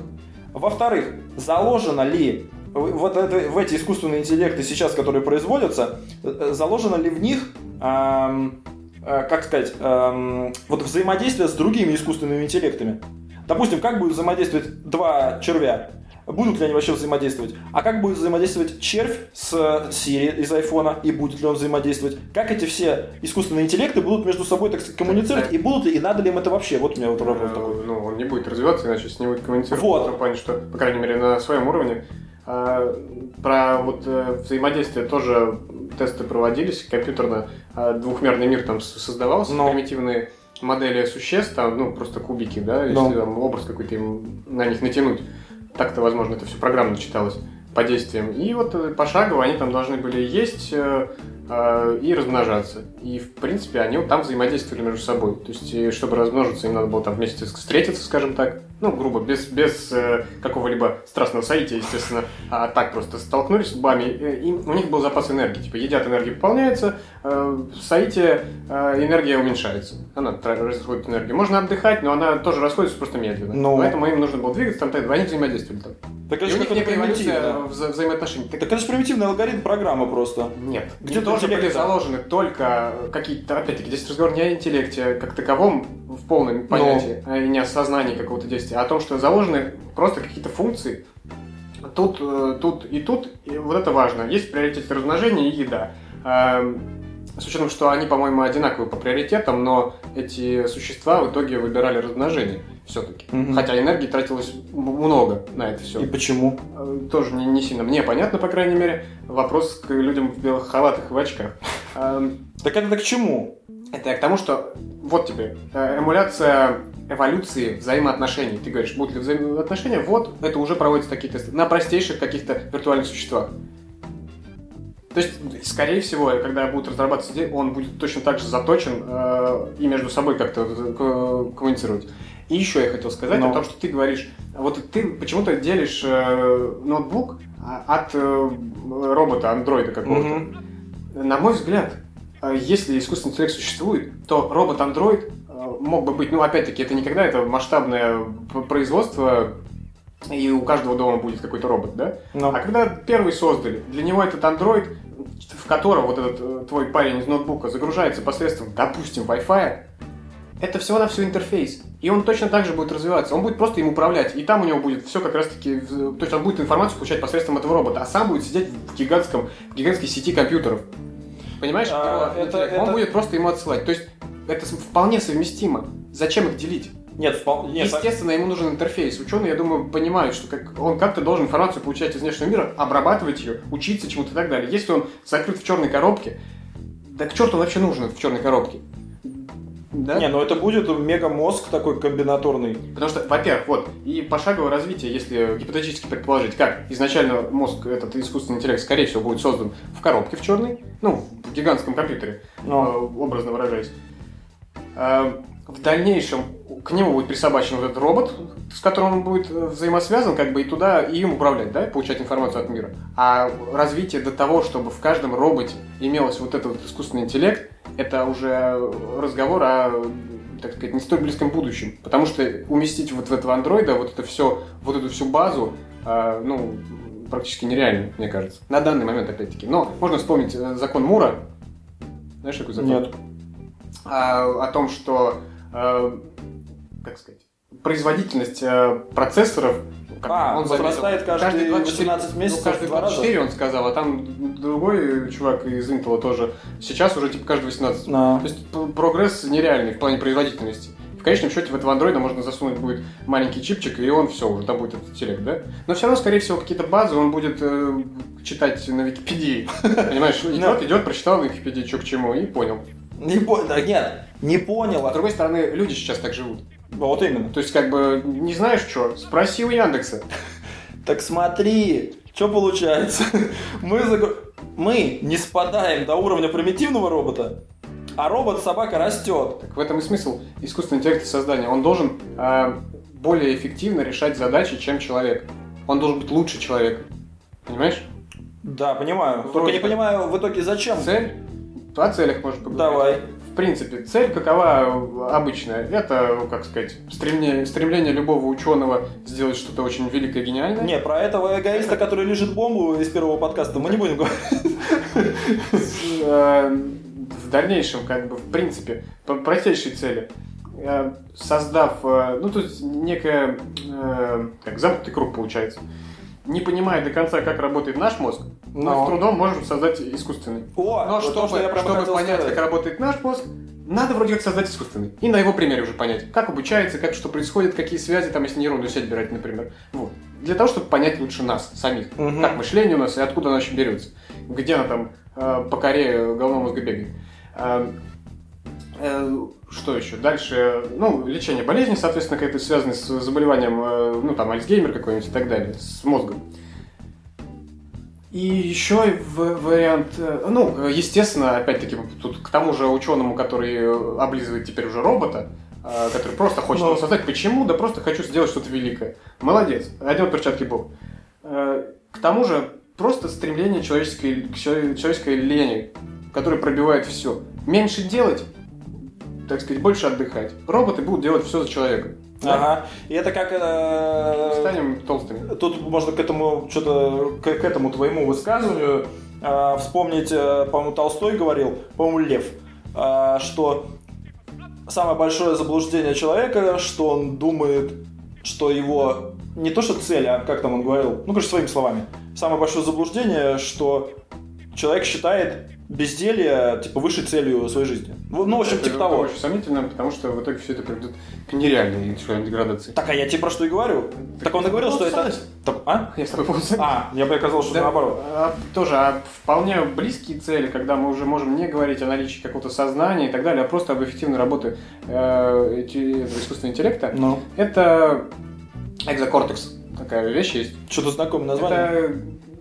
[SPEAKER 1] Во-вторых, заложено ли в- вот это- в эти искусственные интеллекты сейчас, которые производятся, э, заложено ли в них, ам, э, как сказать, ам, вот взаимодействие с другими искусственными интеллектами? Допустим, как будут взаимодействовать два червя? Будут ли они вообще взаимодействовать? А как будет взаимодействовать червь с э, Siri из айфона? И будет ли он взаимодействовать? Как эти все искусственные интеллекты будут между собой так сказать, коммуницировать? И будут ли, и надо ли им это вообще? Вот у меня вот вопрос такой.
[SPEAKER 2] Э, Ну, он не будет развиваться, иначе с ним будет коммуницировать.
[SPEAKER 1] Вот.
[SPEAKER 2] В том плане, что, по крайней мере, на своем уровне. А, Про вот э, взаимодействие тоже тесты проводились компьютерно. А, Двухмерный мир там с- создавался,
[SPEAKER 1] Ну.
[SPEAKER 2] примитивные модели существ, там, ну, просто кубики, да, если
[SPEAKER 1] Ну.
[SPEAKER 2] там образ какой-то им на них натянуть. Так-то, возможно, это все программно читалось по действиям. И вот э, пошагово они там должны были есть э, э, и размножаться. И, в принципе, они вот там взаимодействовали между собой. То есть, и чтобы размножиться, им надо было там вместе с- встретиться, скажем так. Ну, грубо, без, без э, какого-либо страстного соития, естественно. А так просто столкнулись лбами. э, И у них был запас энергии. Типа, едят, энергия пополняется. э, в соитие э, энергия уменьшается. Она тра- расходит энергию. Можно отдыхать, но она тоже расходится просто медленно.
[SPEAKER 1] Ну.
[SPEAKER 2] Поэтому им нужно было двигаться. Там, так, они взаимодействовали там.
[SPEAKER 1] Так
[SPEAKER 2] И
[SPEAKER 1] же
[SPEAKER 2] у них
[SPEAKER 1] какой-то
[SPEAKER 2] некая эволюция
[SPEAKER 1] примитивный.
[SPEAKER 2] вза- взаимоотношений. Так
[SPEAKER 1] Так это же примитивный алгоритм программы просто.
[SPEAKER 2] нет.
[SPEAKER 1] Где
[SPEAKER 2] Где
[SPEAKER 1] тут
[SPEAKER 2] тоже
[SPEAKER 1] интеллект-то?
[SPEAKER 2] были заложены только какие-то, опять-таки, здесь разговор не о интеллекте а как таковом в полном понятии, а и не о сознании какого-то действия, а о том, что заложены просто какие-то функции. Тут, э, тут и тут, и вот это важно. Есть приоритет размножения и еда. Эм, С учетом, что они, по-моему, одинаковы по приоритетам, но эти существа в итоге выбирали размножение все-таки.
[SPEAKER 1] Мгм.
[SPEAKER 2] Хотя энергии тратилось м- много на это все.
[SPEAKER 1] И почему?
[SPEAKER 2] Э, тоже не, не сильно мне понятно, по крайней мере. Вопрос к людям в белых халатах и в очках. Эм,
[SPEAKER 1] Так это к чему?
[SPEAKER 2] Это я к тому, что вот тебе э, эмуляция эволюции взаимоотношений. Ты говоришь, будут ли взаимоотношения? Вот, это уже проводятся такие тесты. На простейших каких-то виртуальных существах. То есть, скорее всего, когда будут разрабатываться идеи, он будет точно так же заточен э, и между собой как-то э, коммуницировать. И еще я хотел сказать
[SPEAKER 1] Ну.
[SPEAKER 2] о том, что ты говоришь, вот ты почему-то делишь э, ноутбук а, от э, робота, андроида какого-то.
[SPEAKER 1] Мгм.
[SPEAKER 2] На мой взгляд, э, если искусственный интеллект существует, то робот-андроид э, мог бы быть, ну, опять-таки, это никогда это масштабное п- производство, и у каждого дома будет какой-то робот, да?
[SPEAKER 1] Ну.
[SPEAKER 2] А когда первый создали, для него этот андроид, в которого вот этот э, твой парень из ноутбука загружается посредством, допустим, Wi-Fi, это всего на все интерфейс. И он точно так же будет развиваться. Он будет просто им управлять. И там у него будет все как раз таки... в- То есть он будет информацию получать посредством этого робота, а сам будет сидеть в, гигантском, в гигантской сети компьютеров. Понимаешь?
[SPEAKER 1] А,
[SPEAKER 2] Его
[SPEAKER 1] это-
[SPEAKER 2] интеллект. он
[SPEAKER 1] это-
[SPEAKER 2] будет просто ему отсылать. То есть это с- вполне совместимо. Зачем их делить?
[SPEAKER 1] Нет, вполне. нет, а, со-
[SPEAKER 2] Естественно, ему нужен интерфейс. Ученые, я думаю, понимают, что как, он как-то должен информацию получать из внешнего мира, обрабатывать ее, учиться чему-то и так далее. Если он закрыт в черной коробке, да к черту он вообще нужен в черной коробке. Да?
[SPEAKER 1] Не, ну это будет мега-мозг такой комбинаторный.
[SPEAKER 2] Потому что, во-первых, вот, и пошаговое развитие, если гипотетически предположить, как изначально мозг, этот искусственный интеллект, скорее всего, будет создан в коробке в черной, ну, в гигантском компьютере,
[SPEAKER 1] Ну,
[SPEAKER 2] э, образно выражаясь. Э, В дальнейшем к нему будет присобачен вот этот робот, с которым он будет э, взаимосвязан, как бы и туда, и им управлять, да, и получать информацию от мира. А развитие до того, чтобы в каждом роботе имелось вот этот вот искусственный интеллект, это уже разговор о, так сказать, не столь близком будущем. Потому что уместить вот в этого андроида вот это все, вот эту всю базу, э, ну, практически нереально, мне кажется. На данный момент, опять-таки. Но можно вспомнить э, закон Мура. Знаешь, какой закон?
[SPEAKER 1] нет.
[SPEAKER 2] а, о том, что, э, как сказать, производительность э, процессоров... как
[SPEAKER 1] А,
[SPEAKER 2] заметил,
[SPEAKER 1] возрастает каждые 18 месяцев
[SPEAKER 2] ну, каждые
[SPEAKER 1] в два раза.
[SPEAKER 2] 24 он сказал, а там другой чувак из Intel тоже. Сейчас уже типа каждые 18.
[SPEAKER 1] На-
[SPEAKER 2] То есть п- прогресс нереальный в плане производительности. В конечном счете в этого андроида можно засунуть будет маленький чипчик, и он все, уже там будет этот интеллект, да? Но все равно, скорее всего, какие-то базы он будет э, читать на Википедии. Понимаешь, идет, идет, прочитал на Википедии, что к чему, и понял.
[SPEAKER 1] Не по- да, Нет, не понял. а
[SPEAKER 2] С другой стороны, люди сейчас так живут.
[SPEAKER 1] Вот именно.
[SPEAKER 2] То есть, как бы, не знаешь что, спроси у Яндекса.
[SPEAKER 1] Так смотри, что получается? Мы, загру- мы не спадаем до уровня примитивного робота, а робот-собака растет.
[SPEAKER 2] Так в этом и смысл искусственного интеллекта создания. Он должен э, более эффективно решать задачи, чем человек. Он должен быть лучше человека. Понимаешь?
[SPEAKER 1] Да, понимаю.
[SPEAKER 2] Вроде
[SPEAKER 1] Только не
[SPEAKER 2] как.
[SPEAKER 1] понимаю в итоге зачем.
[SPEAKER 2] Цель? О целях можешь поговорить.
[SPEAKER 1] Давай.
[SPEAKER 2] В принципе, цель какова обычная? Это, как сказать, стремление, стремление любого ученого сделать что-то очень великое, гениальное.
[SPEAKER 1] Не, про этого эгоиста, который лежит бомбу из первого подкаста, мы не будем говорить.
[SPEAKER 2] Э, в дальнейшем, как бы, в принципе, по простейшей цели, э, создав, э, ну, то есть, некая, э, как замкнутый круг получается, не понимая до конца, как работает наш мозг,
[SPEAKER 5] Но.
[SPEAKER 2] мы с трудом можем создать искусственный.
[SPEAKER 1] О,
[SPEAKER 2] Но
[SPEAKER 1] вот то,
[SPEAKER 2] чтобы,
[SPEAKER 1] что я прямо
[SPEAKER 2] чтобы
[SPEAKER 1] хотел
[SPEAKER 2] понять,
[SPEAKER 1] сказать.
[SPEAKER 2] как работает наш мозг, надо вроде как создать искусственный. И на его примере уже понять, как обучается, как что происходит, какие связи, там, если нейронную сеть брать, например. Вот. Для того, чтобы понять лучше нас самих,
[SPEAKER 1] Мгм.
[SPEAKER 2] как мышление у нас и откуда оно вообще берется. Где оно там э, по коре головного мозга бегает. Э, э, что еще? Дальше, ну, лечение болезни, соответственно, это связано с заболеванием, э, ну, там, Альцгеймер какой-нибудь и так далее, с мозгом. И еще и в- вариант, э, ну, э, естественно, опять-таки, тут к тому же ученому, который э, облизывает теперь уже робота, э, который просто хочет
[SPEAKER 1] Ну.
[SPEAKER 2] его создать. Почему? Да просто хочу сделать что-то великое. Молодец, одел перчатки Бог. Э, К тому же, просто стремление человеческой, к чело- человеческой лени, которая пробивает все. Меньше делать, так сказать, больше отдыхать. Роботы будут делать все за человека.
[SPEAKER 1] Ага. И это как... э,
[SPEAKER 2] Станем толстыми.
[SPEAKER 1] Тут можно к этому что-то к, к этому твоему высказыванию э, вспомнить, э, по-моему, Толстой говорил, по-моему, Лев, э, что самое большое заблуждение человека, что он думает, что его не то что цель, а как там он говорил, ну, конечно, своими словами. Самое большое заблуждение, что человек считает безделье типа высшей целью своей жизни. Ну, ну, в общем,
[SPEAKER 2] Это
[SPEAKER 1] типа того.
[SPEAKER 2] Очень сомнительно, потому что в итоге все это приведет к нереальной интеллектуальной деградации.
[SPEAKER 1] Так, а я тебе про что и говорю. Так он и говорил, что это... Так, А?
[SPEAKER 2] Я с тобой полностью согласен.
[SPEAKER 1] А, я бы оказалось, что
[SPEAKER 2] Да,
[SPEAKER 1] наоборот.
[SPEAKER 2] а, тоже а, вполне близкие цели, когда мы уже можем не говорить о наличии какого-то сознания и так далее, а просто об эффективной работе э, эти- этого искусственного интеллекта.
[SPEAKER 1] Ну.
[SPEAKER 2] Это экзокортекс. Такая вещь есть.
[SPEAKER 1] Что-то знакомое название.
[SPEAKER 2] Это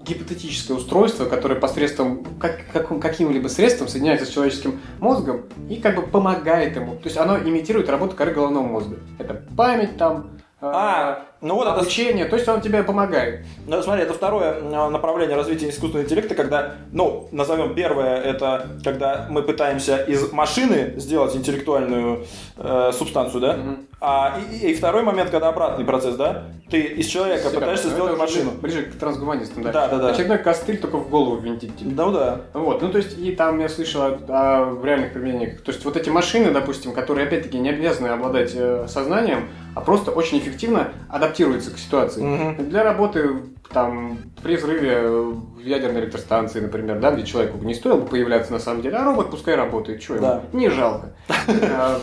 [SPEAKER 2] гипотетическое устройство, которое посредством как, каком- каким-либо средством соединяется с человеческим мозгом и как бы помогает ему. То есть оно имитирует работу коры головного мозга. Это память там, э,
[SPEAKER 1] А, ну вот это...
[SPEAKER 2] обучение, то есть он тебе помогает.
[SPEAKER 1] Ну, смотри, это второе э, направление развития искусственного интеллекта, когда, ну, назовем первое, это когда мы пытаемся из машины сделать интеллектуальную э, субстанцию, да? А, и, и- и второй момент, когда обратный процесс, да? Ты из человека
[SPEAKER 2] Себя.
[SPEAKER 1] пытаешься
[SPEAKER 2] Ну, это
[SPEAKER 1] сделать
[SPEAKER 2] уже
[SPEAKER 1] машину.
[SPEAKER 2] Ближе к трансгуманистам, да.
[SPEAKER 1] Да-да-да.
[SPEAKER 2] Очередной костыль только в голову винтить тебе.
[SPEAKER 1] Ну да.
[SPEAKER 2] Вот, ну то есть, и там я слышал о, о реальных применениях. То есть, вот эти машины, допустим, которые, опять-таки, не обязаны обладать э, сознанием, а просто очень эффективно адаптируются к ситуации.
[SPEAKER 1] Мгм.
[SPEAKER 2] Для работы, там, при взрыве э, ядерной электростанции, например, да, где человеку не стоило бы появляться на самом деле, а робот пускай работает, что ему,
[SPEAKER 1] Да.
[SPEAKER 2] не жалко. Э,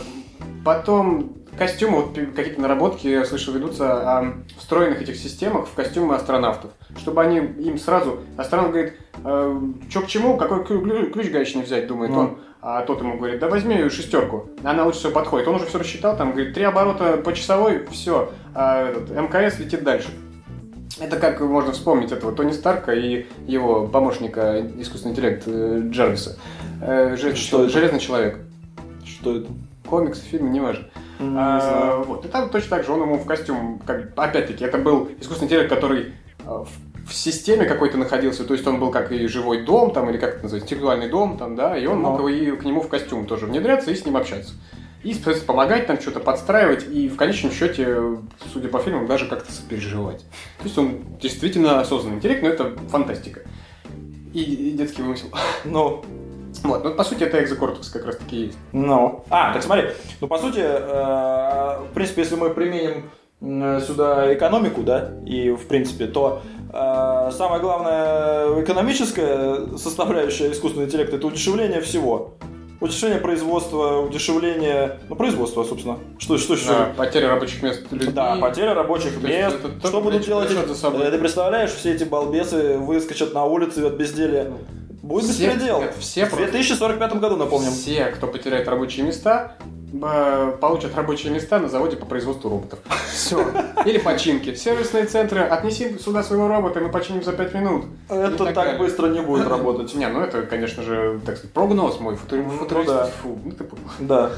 [SPEAKER 2] Потом костюмы, вот пи- какие-то наработки, я слышал, ведутся о встроенных этих системах в костюмы астронавтов, чтобы они им сразу... Астронавт говорит, что к чему, какой клю- клю- ключ гаечный взять, думает
[SPEAKER 1] Ну.
[SPEAKER 2] он. А тот ему говорит, да возьми шестерку, она лучше всего подходит. Он уже все рассчитал, там, говорит, три оборота по часовой, все, МКС летит дальше. Это как можно вспомнить этого Тони Старка и его помощника искусственный интеллект э, Джарвиса. Э, Железный,
[SPEAKER 1] Что это?
[SPEAKER 2] Железный человек.
[SPEAKER 1] Что это?
[SPEAKER 2] Комикс, фильм, неважно.
[SPEAKER 1] Не знаю.
[SPEAKER 2] А, Вот. И там точно так же он ему в костюм, как, опять-таки, это был искусственный интеллект, который а, в, в системе какой-то находился, то есть он был как и живой дом, там, или как это называется, интеллектуальный дом, там, да, и он мог
[SPEAKER 1] Ну.
[SPEAKER 2] его и к нему в костюм тоже внедряться и с ним общаться. И, соответственно, помогать там что-то подстраивать и в конечном счете, судя по фильмам, даже как-то сопереживать. То есть он действительно осознанный интеллект, но это фантастика. И, и детский вымысел.
[SPEAKER 1] Ну,
[SPEAKER 2] Вот, ну, по сути, это экзокортекс как раз-таки и есть.
[SPEAKER 1] Ну. А, так смотри, ну по сути, э, в принципе, если мы применим м, э, сюда экономику, да, и в принципе, то э, самая главная экономическая составляющая искусственного интеллекта это удешевление всего. Удешевление производства, удешевление, ну, производства, собственно. Что, что еще?
[SPEAKER 2] Да, потеря рабочих мест людей.
[SPEAKER 1] Да, потеря рабочих
[SPEAKER 2] То есть
[SPEAKER 1] мест.
[SPEAKER 2] это тоже
[SPEAKER 1] Что будут
[SPEAKER 2] влечет-
[SPEAKER 1] делать?
[SPEAKER 2] влечет за собой.
[SPEAKER 1] Э, Ты представляешь, все эти балбесы выскочат на улицы от безделия. Будет
[SPEAKER 2] Ну, Все-
[SPEAKER 1] беспредел.
[SPEAKER 2] нет, все
[SPEAKER 1] в
[SPEAKER 2] просто.
[SPEAKER 1] 2045 году, напомним.
[SPEAKER 2] Все, кто потеряет рабочие места, э, получат рабочие места на заводе по производству роботов. Все. Или починки. Сервисные центры, отнеси сюда своего робота, мы починим за 5 минут.
[SPEAKER 1] Это
[SPEAKER 2] так
[SPEAKER 1] так,
[SPEAKER 2] далее.
[SPEAKER 1] быстро не будет работать.
[SPEAKER 2] Не, ну это, конечно же, так сказать, прогноз мой, футури-
[SPEAKER 1] Ну
[SPEAKER 2] футурист.
[SPEAKER 1] да.
[SPEAKER 2] Фу, ну ты понял.
[SPEAKER 1] Да.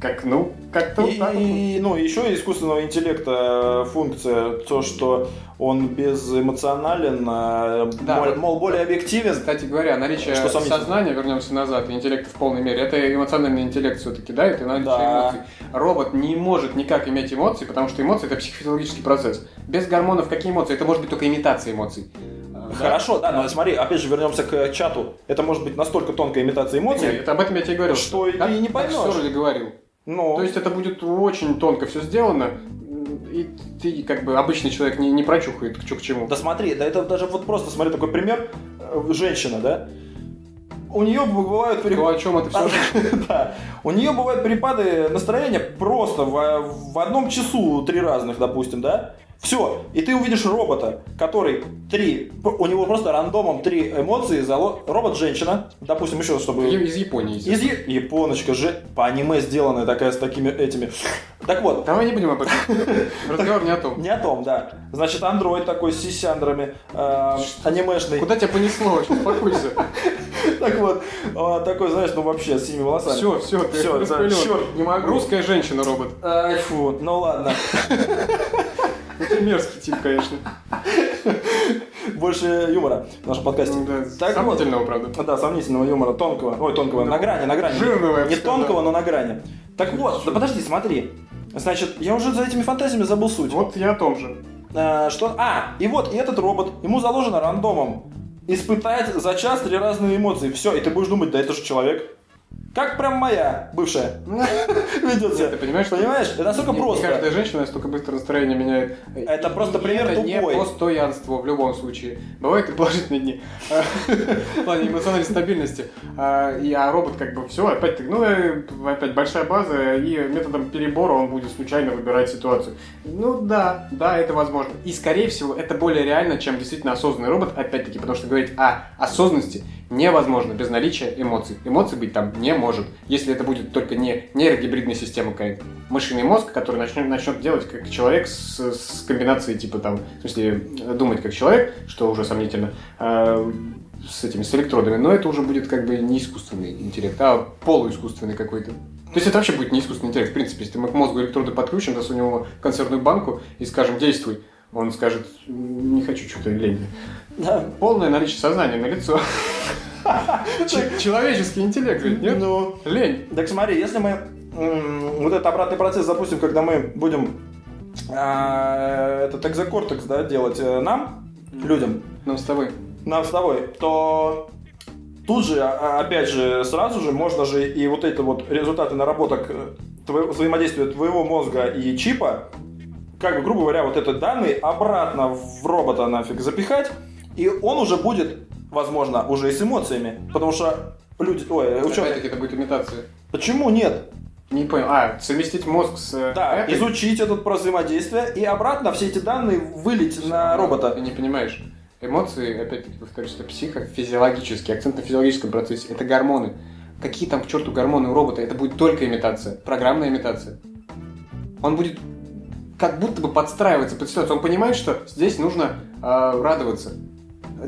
[SPEAKER 2] Как, ну, как-то
[SPEAKER 1] И,
[SPEAKER 2] вот так вот.
[SPEAKER 1] и, ну, еще искусственного интеллекта э, функция, то, что он безэмоционален, э,
[SPEAKER 2] Да,
[SPEAKER 1] мол,
[SPEAKER 2] вот.
[SPEAKER 1] мол, более объективен.
[SPEAKER 2] Кстати говоря, наличие
[SPEAKER 1] Что сомнительно.
[SPEAKER 2] сознания, вернемся назад, и интеллекта в полной мере, это эмоциональный интеллект все-таки, да, это наличие
[SPEAKER 1] Да.
[SPEAKER 2] эмоций. Робот не может никак иметь эмоций, потому что эмоции это психофизиологический процесс. Без гормонов какие эмоции? Это может быть только имитация эмоций. Э, да?
[SPEAKER 1] Хорошо, да, но смотри, опять же вернемся к э, чату. Это может быть настолько тонкая имитация
[SPEAKER 2] Нет,
[SPEAKER 1] эмоций.
[SPEAKER 2] это об этом я тебе и говорил.
[SPEAKER 1] Что и не поймешь.
[SPEAKER 2] Все же говорил.
[SPEAKER 1] Ну,
[SPEAKER 2] То есть это будет очень тонко все сделано, и ты как бы обычный человек не, не прочухает, что к чему.
[SPEAKER 1] да смотри, да это даже вот просто, смотри, такой пример. Э, Женщина, да? У нее бывают пере-
[SPEAKER 2] То, о чем это все?
[SPEAKER 1] Да. У нее бывают перепады настроения просто в, в одном часу три разных, допустим, да? Все. И ты увидишь робота, который три... У него просто рандомом три эмоции. зало- Робот-женщина, допустим, еще чтобы...
[SPEAKER 2] Из Японии.
[SPEAKER 1] Из Я- Японочка же по аниме сделанная такая с такими этими... Так вот,
[SPEAKER 2] Давай не будем об этом. Разговор не о том.
[SPEAKER 1] не о том, да. Значит, андроид такой с сисяндрами, э, анимешный.
[SPEAKER 2] Куда тебя понесло вообще? Успокойся.
[SPEAKER 1] Так вот, э, такой, знаешь, ну вообще с синими волосами.
[SPEAKER 2] Все, все, ты
[SPEAKER 1] Всё,
[SPEAKER 2] всё,
[SPEAKER 1] за-
[SPEAKER 2] Не могу. Русская женщина-робот.
[SPEAKER 1] Ай, фу, ну ладно.
[SPEAKER 2] Это Ну, мерзкий тип, конечно.
[SPEAKER 1] Больше юмора в нашем подкасте.
[SPEAKER 2] Ну, Да,
[SPEAKER 1] Так вот.
[SPEAKER 2] Сомнительного, правда.
[SPEAKER 1] Да, сомнительного юмора, тонкого. Ой, тонкого, на грани, на грани.
[SPEAKER 2] Жирного, я бы
[SPEAKER 1] Не
[SPEAKER 2] сказал.
[SPEAKER 1] тонкого, но на грани. Так вот, да подожди, смотри. Значит, я уже за этими фантазиями забыл суть.
[SPEAKER 2] Вот я о том же.
[SPEAKER 1] А, что? А, и вот, и этот робот, ему заложено рандомом. Испытать за час три разные эмоции. Все, и ты будешь думать, да это же человек. Как прям моя бывшая ведет себя.
[SPEAKER 2] Ты понимаешь, что-
[SPEAKER 1] Понимаешь? Это настолько
[SPEAKER 2] Не- не
[SPEAKER 1] просто.
[SPEAKER 2] Каждая женщина настолько быстро настроение меняет.
[SPEAKER 1] Это просто
[SPEAKER 2] И
[SPEAKER 1] пример
[SPEAKER 2] это не
[SPEAKER 1] тупой.
[SPEAKER 2] постоянство в любом случае. Бывают и положительные дни. А, В плане эмоциональной стабильности. А, и- А робот как бы все, опять ты, ну, э, опять большая база, и методом перебора он будет случайно выбирать ситуацию. Ну да, да, это возможно. И скорее всего это более реально, чем действительно осознанный робот, опять-таки, потому что говорить о осознанности невозможно без наличия эмоций. Эмоций быть там не может, если это будет только не нейрогибридная система какая-то. Мышиный мозг, который начнет, начнет делать как человек с, с комбинацией, типа там, в смысле, думать как человек, что уже сомнительно, э, с этими, с электродами, но это уже будет как бы не искусственный интеллект, а полуискусственный какой-то. То есть это вообще будет не искусственный интеллект, в принципе, если мы к мозгу электроды подключим, засунем его в консервную банку и скажем «действуй», он скажет «не хочу, что-то лень».
[SPEAKER 1] Да.
[SPEAKER 2] Полное наличие сознания на лицо. Человеческий интеллект, говорит, нет?
[SPEAKER 1] Ну,
[SPEAKER 2] Лень.
[SPEAKER 1] Так смотри, если мы м, вот этот обратный процесс запустим, когда мы будем а, этот экзокортекс да, делать э, нам, людям,
[SPEAKER 2] Нам с тобой.
[SPEAKER 1] нам с тобой, то тут же, а, опять же, сразу же можно же и вот это вот результаты наработок э, твоего- взаимодействия твоего мозга и чипа, как бы, грубо говоря, вот этот данные обратно в робота нафиг запихать, и он уже будет, возможно, уже и с эмоциями, потому что люди, ой, ученые,
[SPEAKER 2] Опять-таки это будет имитация.
[SPEAKER 1] почему нет?
[SPEAKER 2] Не понял. А, совместить мозг с... э,
[SPEAKER 1] Да,
[SPEAKER 2] этой?
[SPEAKER 1] изучить этот про взаимодействие и обратно все эти данные вылить на
[SPEAKER 2] Ты
[SPEAKER 1] робота.
[SPEAKER 2] не понимаешь. Эмоции, опять-таки, повторюсь, это психофизиологический, акцент на физиологическом процессе. Это гормоны. Какие там, к черту, гормоны у робота? Это будет только имитация, программная имитация. Он будет как будто бы подстраиваться под ситуацию. Он понимает, что здесь нужно э, радоваться.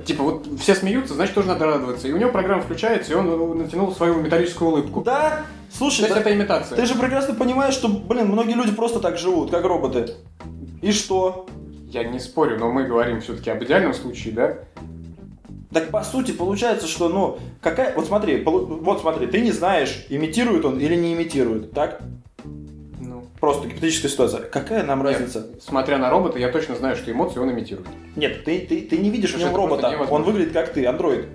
[SPEAKER 2] Типа, вот все смеются, значит, тоже надо радоваться. И у него программа включается, и он э, натянул свою металлическую улыбку.
[SPEAKER 1] Да,
[SPEAKER 2] То
[SPEAKER 1] слушай,
[SPEAKER 2] есть
[SPEAKER 1] да-
[SPEAKER 2] это имитация.
[SPEAKER 1] ты же прекрасно понимаешь, что, блин, многие люди просто так живут, как роботы. И что?
[SPEAKER 2] Я не спорю, но мы говорим все-таки об идеальном случае, да?
[SPEAKER 1] Так по сути получается, что, ну, какая... Вот смотри, полу- вот смотри, ты не знаешь, имитирует он или не имитирует, так?
[SPEAKER 2] Ну,
[SPEAKER 1] Просто гипотетическая ситуация. Какая нам разница?
[SPEAKER 2] смотря на робота, я точно знаю, что эмоции он имитирует.
[SPEAKER 1] Нет, ты, ты, ты не видишь в
[SPEAKER 2] Слушай,
[SPEAKER 1] нем
[SPEAKER 2] это просто
[SPEAKER 1] робота, он
[SPEAKER 2] невозможно.
[SPEAKER 1] выглядит как ты, андроид.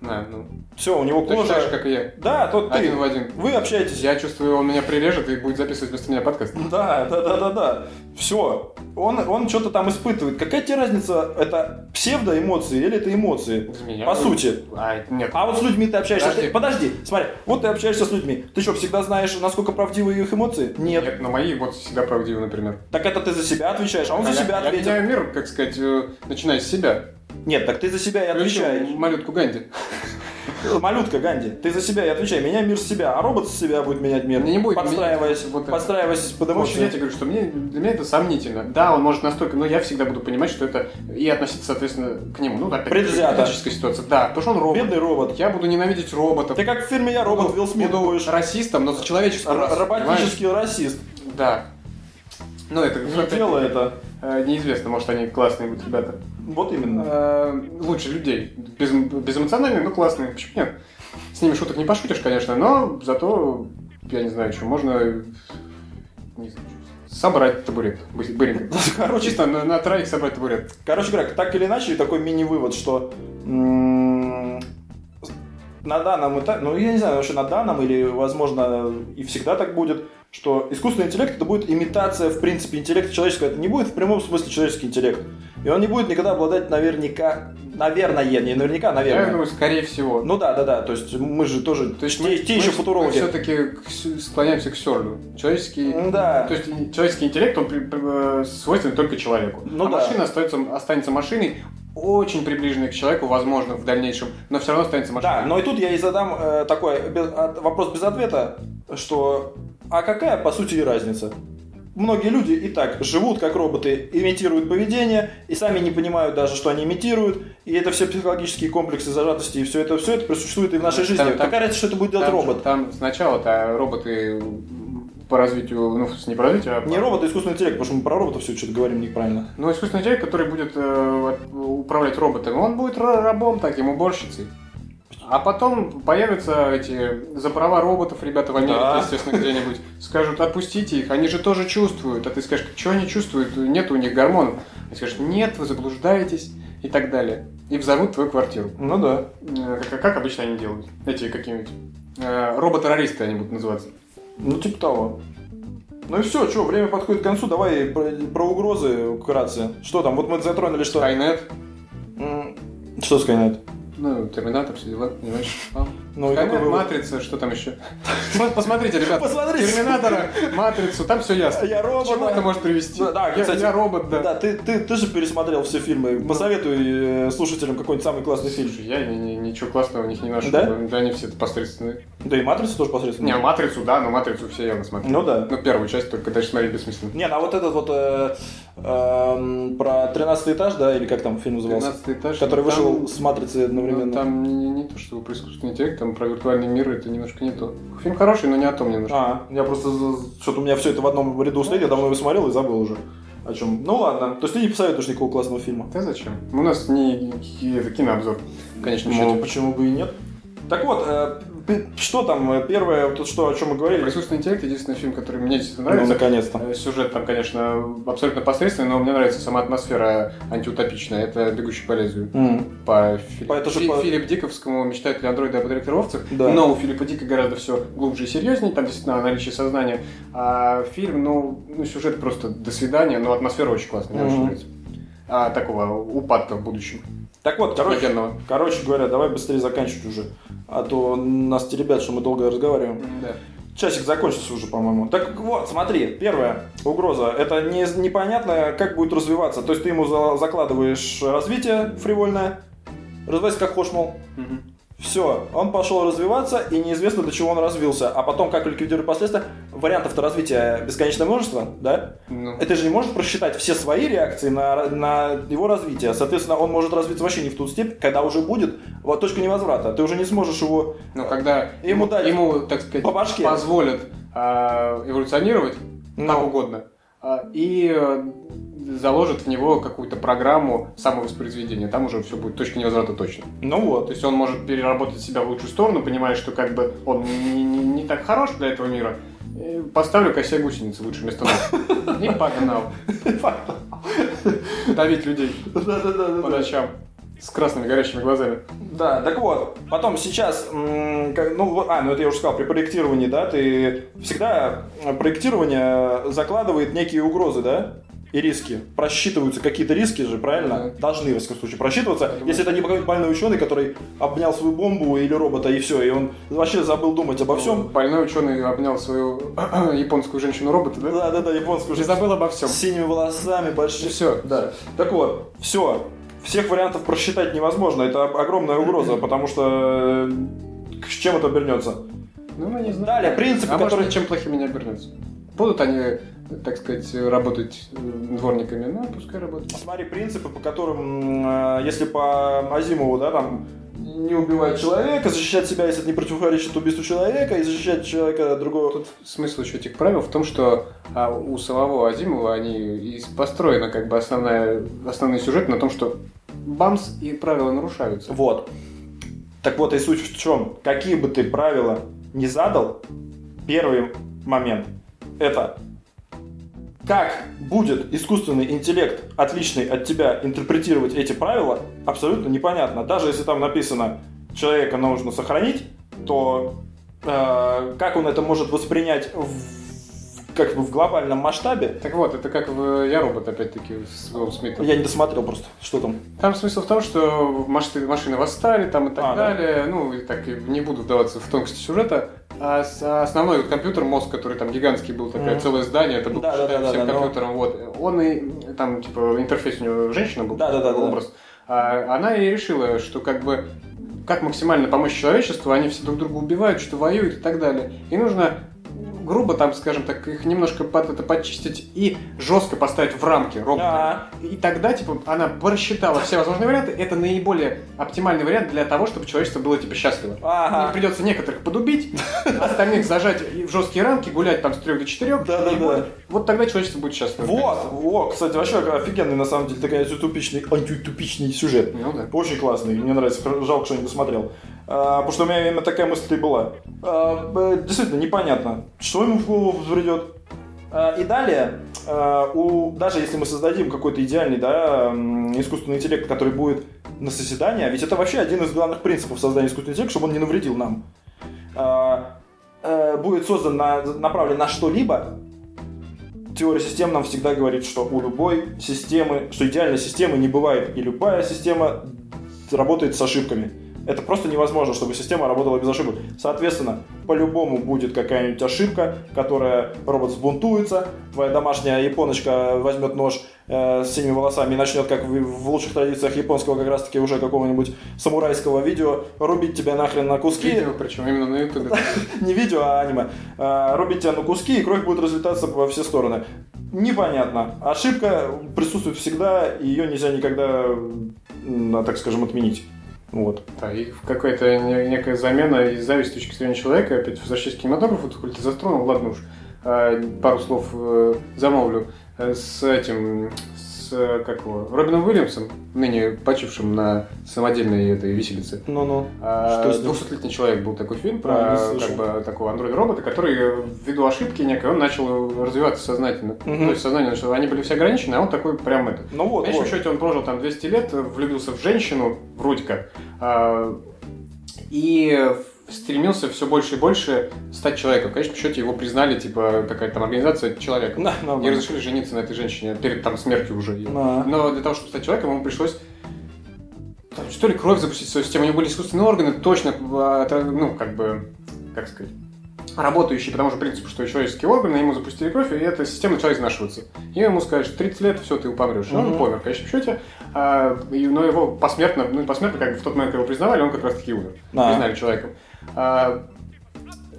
[SPEAKER 2] Да, ну,
[SPEAKER 1] Все, у него
[SPEAKER 2] точно так же,
[SPEAKER 1] кожа...
[SPEAKER 2] как и я.
[SPEAKER 1] Да, тот ты.
[SPEAKER 2] Один в один.
[SPEAKER 1] Вы общаетесь.
[SPEAKER 2] Я чувствую, он меня прирежет и будет записывать вместо меня подкаст.
[SPEAKER 1] Ну Да, да, да, да, да. Все. Он, он что-то там испытывает. Какая тебе разница, это псевдоэмоции или это эмоции?
[SPEAKER 2] Без меня.
[SPEAKER 1] По
[SPEAKER 2] он-
[SPEAKER 1] сути.
[SPEAKER 2] А, нет.
[SPEAKER 1] А вот с людьми ты общаешься.
[SPEAKER 2] Подожди.
[SPEAKER 1] Ты- Подожди, смотри, вот ты общаешься с людьми. Ты что, всегда знаешь, насколько правдивы их эмоции? Нет.
[SPEAKER 2] Нет, но мои эмоции всегда правдивы, например.
[SPEAKER 1] Так это ты за себя отвечаешь, а он
[SPEAKER 2] А
[SPEAKER 1] за
[SPEAKER 2] я-
[SPEAKER 1] себя
[SPEAKER 2] я
[SPEAKER 1] ответил.
[SPEAKER 2] меняю мир, как сказать, э, начиная с себя.
[SPEAKER 1] Нет, так ты за себя и
[SPEAKER 2] Включил
[SPEAKER 1] отвечаешь.
[SPEAKER 2] малютку Ганди.
[SPEAKER 1] Малютка, Ганди, ты за себя и отвечай. Меняй мир с себя, а робот с себя будет менять мир.
[SPEAKER 2] Не будет
[SPEAKER 1] подстраиваясь,
[SPEAKER 2] менять вот это.
[SPEAKER 1] подстраиваясь под
[SPEAKER 2] Потому что я
[SPEAKER 1] эмоции.
[SPEAKER 2] тебе говорю, что мне, для меня это сомнительно. Да, он может настолько, но я всегда буду понимать, что это и относиться, соответственно, к нему. Ну, опять
[SPEAKER 1] Предвзято.
[SPEAKER 2] политическая ситуация. Да, потому что он робот.
[SPEAKER 1] Бедный робот.
[SPEAKER 2] Я буду ненавидеть роботов.
[SPEAKER 1] Ты как в фильме «Я робот»
[SPEAKER 2] Буду-
[SPEAKER 1] Вилл Смит
[SPEAKER 2] буду
[SPEAKER 1] будешь.
[SPEAKER 2] расистом, но за человеческую
[SPEAKER 1] Р-
[SPEAKER 2] расу,
[SPEAKER 1] Роботический расист.
[SPEAKER 2] понимаешь? Да. Ну, это
[SPEAKER 1] Не
[SPEAKER 2] опять-
[SPEAKER 1] делай это.
[SPEAKER 2] э, неизвестно, может, они классные будут ребята.
[SPEAKER 1] Вот именно.
[SPEAKER 2] Э, лучше людей. Без, безэмоциональные, но классные. Почему нет? С ними шуток не пошутишь, конечно, но зато, я не знаю, что можно не знаю, чё, собрать табурет. бы- быренько.
[SPEAKER 1] Короче,
[SPEAKER 2] Чисто на, на троих собрать табурет.
[SPEAKER 1] Короче говоря, так или иначе, такой мини-вывод, что м, на данном этапе, ну я не знаю, вообще на данном или, возможно, и всегда так будет, что искусственный интеллект это будет имитация, в принципе, интеллекта человеческого. Это не будет в прямом смысле человеческий интеллект. И он не будет никогда обладать наверняка, наверное, не наверняка,
[SPEAKER 2] Я
[SPEAKER 1] наверное.
[SPEAKER 2] думаю, скорее всего.
[SPEAKER 1] Ну да, да, да, то есть мы же тоже, то есть те, те еще футурологи. Ну
[SPEAKER 2] все-таки склоняемся к Сёрлю. Человеческий...
[SPEAKER 1] Да.
[SPEAKER 2] То есть и- человеческий интеллект, он при- при- э, свойственен только человеку.
[SPEAKER 1] Ну
[SPEAKER 2] а
[SPEAKER 1] да.
[SPEAKER 2] машина остается, останется машиной, очень приближенной к человеку, возможно, в дальнейшем, но все равно останется машиной.
[SPEAKER 1] Да, но и тут я и задам э, такой без- от- вопрос без ответа, что а какая по сути и разница? Многие люди и так живут как роботы, имитируют поведение и сами не понимают даже, что они имитируют, и это все психологические комплексы зажатости и все это все это присуществует и в нашей
[SPEAKER 2] Там-
[SPEAKER 1] жизни.
[SPEAKER 2] там-
[SPEAKER 1] Какая разница, что это будет делать
[SPEAKER 2] там,
[SPEAKER 1] робот?
[SPEAKER 2] же- Там сначала-то роботы по развитию, ну, в смысле, не по развитию, а... по-
[SPEAKER 1] Не робот, а искусственный интеллект, потому что мы про роботов все что-то говорим неправильно.
[SPEAKER 2] Ну, искусственный человек, который будет э, от- управлять роботом, он будет ра- рабом таким, уборщицей. А потом появятся эти за права роботов, ребята в Америке,
[SPEAKER 1] Да.
[SPEAKER 2] естественно, где-нибудь, скажут, отпустите их, они же тоже чувствуют. А ты скажешь, что они чувствуют, нет у них гормонов. И скажешь, нет, вы заблуждаетесь и так далее. И взорвут твою квартиру.
[SPEAKER 1] Ну да.
[SPEAKER 2] Э, Как, как обычно они делают? Эти какие-нибудь э, робот-террористы они будут называться.
[SPEAKER 1] Ну типа того. Ну и все, что, время подходит к концу, давай про, про угрозы вкратце. Что там, вот мы затронули, что...
[SPEAKER 2] Скайнет.
[SPEAKER 1] М, Что Skynet?
[SPEAKER 2] Ну, Терминатор, все дела, понимаешь?
[SPEAKER 1] Ну, и
[SPEAKER 2] Скайнет,
[SPEAKER 1] какой вывод?
[SPEAKER 2] Матрица, что там еще? Пос- Посмотрите, ребят,
[SPEAKER 1] Посмотрите.
[SPEAKER 2] Терминатора, Матрицу, там все ясно.
[SPEAKER 1] Я
[SPEAKER 2] К
[SPEAKER 1] робот.
[SPEAKER 2] чему это может привести?
[SPEAKER 1] Да, да,
[SPEAKER 2] я,
[SPEAKER 1] кстати.
[SPEAKER 2] я робот,
[SPEAKER 1] Да,
[SPEAKER 2] да.
[SPEAKER 1] ты, ты, ты же пересмотрел все фильмы. Посоветуй э, слушателям какой-нибудь самый классный фильм.
[SPEAKER 2] Слушай, я ни- ни- ничего классного у них не нашел.
[SPEAKER 1] Да?
[SPEAKER 2] они все посредственные.
[SPEAKER 1] Да и «Матрица» тоже посредственно.
[SPEAKER 2] Не, Матрицу, да, но Матрицу все явно смотрели.
[SPEAKER 1] Ну да.
[SPEAKER 2] Ну, первую часть только дальше смотреть бессмысленно.
[SPEAKER 1] Не, ну а вот этот вот э, эм, про 13 этаж, да, или как там фильм назывался?
[SPEAKER 2] 13 этаж.
[SPEAKER 1] Который
[SPEAKER 2] ну,
[SPEAKER 1] вышел
[SPEAKER 2] там-
[SPEAKER 1] с «Матрицы»
[SPEAKER 2] ну,
[SPEAKER 1] одновременно.
[SPEAKER 2] Там не, не- не то, что про искусственный интеллект, там про виртуальный мир, это немножко не то. Фильм хороший, но не о том немножко.
[SPEAKER 1] А, я просто за- что-то у меня все это в одном ряду стоит, я давно его смотрел и забыл уже о чем. Ну ладно, то есть ты не посоветуешь никакого классного фильма?
[SPEAKER 2] Да зачем? У нас не ки- это, кинообзор, конечно,
[SPEAKER 1] Ну,
[SPEAKER 2] счете.
[SPEAKER 1] почему бы и нет? Так вот, э, п- что там э, первое, вот что, о чем мы говорили?
[SPEAKER 2] Присутственный интеллект единственный фильм, который мне действительно
[SPEAKER 1] Ну,
[SPEAKER 2] нравится.
[SPEAKER 1] наконец-то.
[SPEAKER 2] Э, Сюжет там, конечно, абсолютно посредственный, но мне нравится сама атмосфера антиутопичная. Это «Бегущий по лезвию»
[SPEAKER 1] М,
[SPEAKER 2] по, Фили-
[SPEAKER 1] По- это же
[SPEAKER 2] Фи-
[SPEAKER 1] по-
[SPEAKER 2] Филипп Диковскому «Мечтатели андроида об отректоровцах».
[SPEAKER 1] Да.
[SPEAKER 2] Но у Филиппа Дика гораздо все глубже и серьезнее, там действительно о наличии сознания. А фильм, ну, ну, сюжет просто до свидания, но атмосфера очень классная, мне очень
[SPEAKER 1] Мгм.
[SPEAKER 2] нравится. А, такого упадка в будущем.
[SPEAKER 1] Так вот, короче,
[SPEAKER 2] Офигенного.
[SPEAKER 1] Короче говоря, давай быстрее заканчивать уже. А то нас те ребят, что мы долго разговариваем.
[SPEAKER 2] Да.
[SPEAKER 1] Часик закончился уже, по-моему. Так вот, смотри, первая угроза. Это не, непонятно, как будет развиваться. То есть ты ему за- закладываешь развитие фривольное, развивайся как хочешь, мол.
[SPEAKER 2] Мгм.
[SPEAKER 1] Все, он пошел развиваться, и неизвестно, до чего он развился. А потом, как ликвидировать последствия, вариантов-то развития бесконечное множество, да?
[SPEAKER 2] Ну,
[SPEAKER 1] Это же не может просчитать все свои реакции на, на его развитие. Соответственно, он может развиться вообще не в ту степь, когда уже будет вот, точка невозврата. Ты уже не сможешь его...
[SPEAKER 2] но ну, когда
[SPEAKER 1] Ему дать
[SPEAKER 2] ему так сказать,
[SPEAKER 1] по башке.
[SPEAKER 2] позволят а, эволюционировать, как
[SPEAKER 1] Ну,
[SPEAKER 2] угодно. А, И э, заложит в него какую-то программу самовоспроизведения. Там уже все будет точка невозврата точно.
[SPEAKER 1] ну
[SPEAKER 2] То
[SPEAKER 1] вот.
[SPEAKER 2] есть он может переработать себя в лучшую сторону, понимая, что как бы он не, не- не так хорош для этого мира. Э, Поставлю-ка я себе гусеницы лучше вместо ног. И погнал. Давить людей по
[SPEAKER 1] Да-да-да.
[SPEAKER 2] ночам. С красными горящими глазами.
[SPEAKER 1] Да, так вот. Потом сейчас... м, как- Ну, вот- а, ну это я уже сказал, при проектировании, да, ты... Всегда э, проектирование закладывает некие угрозы, да? И риски. Просчитываются какие-то риски же, правильно?
[SPEAKER 2] Да.
[SPEAKER 1] Должны, в любом случае, просчитываться.
[SPEAKER 2] думаю,
[SPEAKER 1] Если это не какой-нибудь больной ученый, который обнял свою бомбу или робота, и все, и он вообще забыл думать обо всем,
[SPEAKER 2] Больной ученый обнял свою японскую женщину-робота, да?
[SPEAKER 1] Да, да, да, японскую
[SPEAKER 2] Уже
[SPEAKER 1] жизнь.
[SPEAKER 2] забыл обо всем.
[SPEAKER 1] С синими волосами, большие.
[SPEAKER 2] Все.
[SPEAKER 1] Да. Так вот, все. всех вариантов просчитать невозможно. Это об- огромная угроза, потому что э, с чем это обернется?
[SPEAKER 2] Ну, мы не знаем.
[SPEAKER 1] Далее, принципы,
[SPEAKER 2] А
[SPEAKER 1] которые...
[SPEAKER 2] может, чем плохими не обернутся? Будут они, так сказать, работать э, дворниками? Ну, пускай работают.
[SPEAKER 1] Смотри, принципы, по которым, м, э, если по Азимову, да, там, не убивать человека, защищать себя, если это не противоречит убийству человека, и защищать человека другого.
[SPEAKER 2] Тут смысл еще этих правил в том, что а, у самого Азимова они и построена как бы основная, основной сюжет на том, что бамс и правила нарушаются.
[SPEAKER 1] Вот. Так вот, и суть в чем? Какие бы ты правила не задал, первый момент – это как будет искусственный интеллект, отличный от тебя, интерпретировать эти правила, абсолютно непонятно. Даже если там написано «человека нужно сохранить», то э, как он это может воспринять в- как бы в глобальном масштабе?
[SPEAKER 2] Так вот, это как в «Я робот» опять-таки с Уиллом Смитом.
[SPEAKER 1] Я не досмотрел просто, что там.
[SPEAKER 2] Там смысл в том, что машины, машины восстали там и так
[SPEAKER 1] А, да.
[SPEAKER 2] далее. Ну, и так и не буду вдаваться в тонкости сюжета. А с- а основной вот компьютер, мозг, который там гигантский был, такое
[SPEAKER 1] Мгм.
[SPEAKER 2] целое здание, это был
[SPEAKER 1] Да, да,
[SPEAKER 2] посчитаем
[SPEAKER 1] да, да,
[SPEAKER 2] всем
[SPEAKER 1] да,
[SPEAKER 2] компьютером, вот. Он и там, типа, интерфейс у него женщина был,
[SPEAKER 1] Да, да, да, да,
[SPEAKER 2] образ. А она и решила, что как бы как максимально помочь человечеству, они все друг друга убивают, что воюют и так далее. И нужно грубо там, скажем так, их немножко под это подчистить и жестко поставить в рамки робота.
[SPEAKER 1] Да.
[SPEAKER 2] И тогда, типа, она просчитала все возможные варианты. Это наиболее оптимальный вариант для того, чтобы человечество было, типа, счастливо. Им
[SPEAKER 1] Ага.
[SPEAKER 2] придется некоторых подубить, остальных зажать и в жесткие рамки, гулять там с трех до четырех.
[SPEAKER 1] Да-да-да.
[SPEAKER 2] И Вот, вот тогда человечество будет счастливо.
[SPEAKER 1] Вот, вот, кстати, вообще офигенный, на самом деле, такой антиутопичный, антиутопичный сюжет.
[SPEAKER 2] Ну да.
[SPEAKER 1] Очень классный, мне нравится, хр- жалко, что не досмотрел. А, потому что у меня именно такая мысль и была. А, б- действительно, непонятно, что ему в голову взбредет. А, и далее, а, у, даже если мы создадим какой-то идеальный да, м, искусственный интеллект, который будет на созидание, ведь это вообще один из главных принципов создания искусственного интеллекта, чтобы он не навредил нам. А, э, будет создан, на- направлен на что-либо, Теория систем нам всегда говорит, что у любой системы, что идеальной системы не бывает, и любая система работает с ошибками. Это просто невозможно, чтобы система работала без ошибок. Соответственно, по-любому будет какая-нибудь ошибка, которая робот сбунтуется, твоя домашняя японочка возьмет нож э, с синими волосами и начнет, как в, в лучших традициях японского, как раз-таки уже какого-нибудь самурайского видео, рубить тебя нахрен на куски
[SPEAKER 2] Видео, причем именно на Ютубе.
[SPEAKER 1] не видео, а аниме. А, Рубить тебя на куски, и кровь будет разлетаться во все стороны. Непонятно. Ошибка присутствует всегда, и ее нельзя никогда, м, а, так скажем, отменить. Вот.
[SPEAKER 2] Да, и в какая-то не- некая замена и зависть с точки зрения человека, опять возвращаясь к кинематографу, ты коль ты затронул, ну ладно уж, э, пару слов э, замолвлю, э, с этим, с, э, как его, Робином Уильямсом, ныне почившим на самодельной этой виселице.
[SPEAKER 1] Ну-ну.
[SPEAKER 2] А,
[SPEAKER 1] Что с ним?
[SPEAKER 2] 200-летний человек был такой фильм
[SPEAKER 1] А,
[SPEAKER 2] про
[SPEAKER 1] не слышал.
[SPEAKER 2] как бы, такого андроид-робота, который э, ввиду ошибки некой, он начал развиваться сознательно.
[SPEAKER 1] Мгм.
[SPEAKER 2] То есть сознание начало, они были все ограничены, а он такой прям это.
[SPEAKER 1] Ну
[SPEAKER 2] В
[SPEAKER 1] вот,
[SPEAKER 2] конечном
[SPEAKER 1] вот.
[SPEAKER 2] счете он прожил там 200 лет, э, влюбился в женщину, вроде как, а, и стремился все больше и больше стать человеком. В конечном счете его признали, типа, какая-то там организация человека.
[SPEAKER 1] На, на,
[SPEAKER 2] И разрешили жениться на этой женщине перед там смертью уже. её.
[SPEAKER 1] на.
[SPEAKER 2] Но для того, чтобы стать человеком, ему пришлось там, что ли кровь запустить в свою систему. У него были искусственные органы, точно, а, это, ну, как бы, как сказать, работающие по тому же принципу, что и человеческие органы, ему запустили кровь, и эта система начала изнашиваться. И ему сказали, что 30 лет, все, ты помрешь. И он
[SPEAKER 1] Мгм.
[SPEAKER 2] помер, в конечном счете. А, и- но его посмертно, ну, не посмертно, как бы в тот момент, когда его признавали, он как раз-таки и умер.
[SPEAKER 1] Да.
[SPEAKER 2] Признали человеком. А,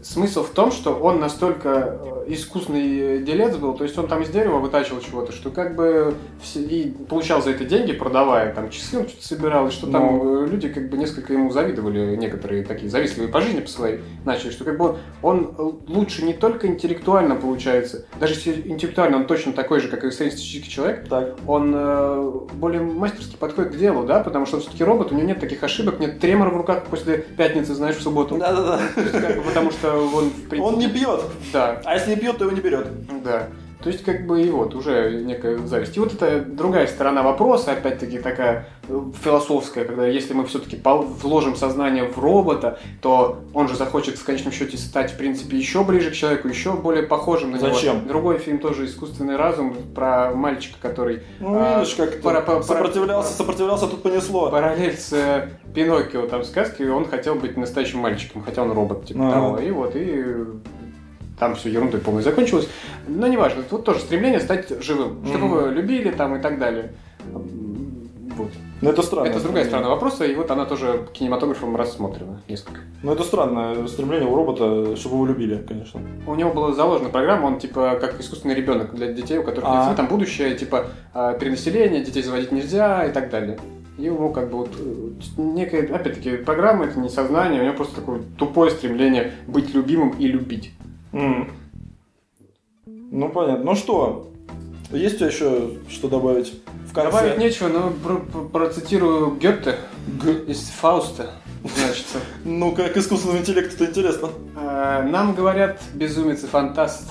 [SPEAKER 2] смысл в том, что он настолько э, искусный э, делец был, то есть он там из дерева вытачивал чего-то, что как бы все- и получал за это деньги, продавая, там часы он что-то собирал, и что там э, люди как бы несколько ему завидовали, некоторые такие завистливые по жизни по своей начали, что как бы он, он лучше не только интеллектуально получается, даже если интеллектуально он точно такой же, как и среднестатистический человек,
[SPEAKER 1] Так.
[SPEAKER 2] он э, более мастерски подходит к делу, да, потому что он все-таки робот, у него нет таких ошибок, нет тремора в руках после пятницы, знаешь, в субботу.
[SPEAKER 1] Да-да-да.
[SPEAKER 2] Как бы Потому что он, в принципе...
[SPEAKER 1] Он не пьет,
[SPEAKER 2] Да,
[SPEAKER 1] а если не пьет, то его не берет.
[SPEAKER 2] да. То есть, как бы, и вот, уже некая зависть. И вот это другая сторона вопроса, опять-таки, такая э, философская, когда если мы все-таки вложим сознание в робота, то он же захочет в конечном счете стать, в принципе, еще ближе к человеку, еще более похожим на него.
[SPEAKER 1] Зачем?
[SPEAKER 2] Другой фильм тоже «Искусственный разум» про мальчика, который
[SPEAKER 1] Ну,
[SPEAKER 2] А,
[SPEAKER 1] видишь, как
[SPEAKER 2] пара- пара-
[SPEAKER 1] ты сопротивлялся, сопротивлялся, тут понесло.
[SPEAKER 2] параллель с э, Пиноккио там сказки, он хотел быть настоящим мальчиком, хотя он робот, типа
[SPEAKER 1] Ага.
[SPEAKER 2] того. И вот, и э, там все ерундой полной закончилось. Но неважно, тут тоже стремление стать живым,
[SPEAKER 1] Мгм.
[SPEAKER 2] чтобы его любили там и так далее. будет.
[SPEAKER 1] Ну это странно.
[SPEAKER 2] Это другая сторона вопроса, и вот она тоже кинематографом рассмотрена несколько.
[SPEAKER 1] Ну это странное стремление у робота, чтобы его любили, конечно.
[SPEAKER 2] У него была заложена программа, он типа как искусственный ребенок для детей, у которых
[SPEAKER 1] А.
[SPEAKER 2] нет- там будущее, типа а, перенаселение, детей заводить нельзя и так далее. И Его как бы вот э, некая, опять-таки, программа, это не сознание, у него просто такое тупое стремление быть любимым и любить.
[SPEAKER 1] М. Ну понятно. Ну что, есть у тебя еще что добавить? В конце.
[SPEAKER 2] Добавить нечего, но про- про- процитирую Гетте
[SPEAKER 1] Г-
[SPEAKER 2] из Фауста. Значит,
[SPEAKER 1] Ну как искусственному интеллекту это интересно.
[SPEAKER 2] э, нам говорят безумец и фантаст,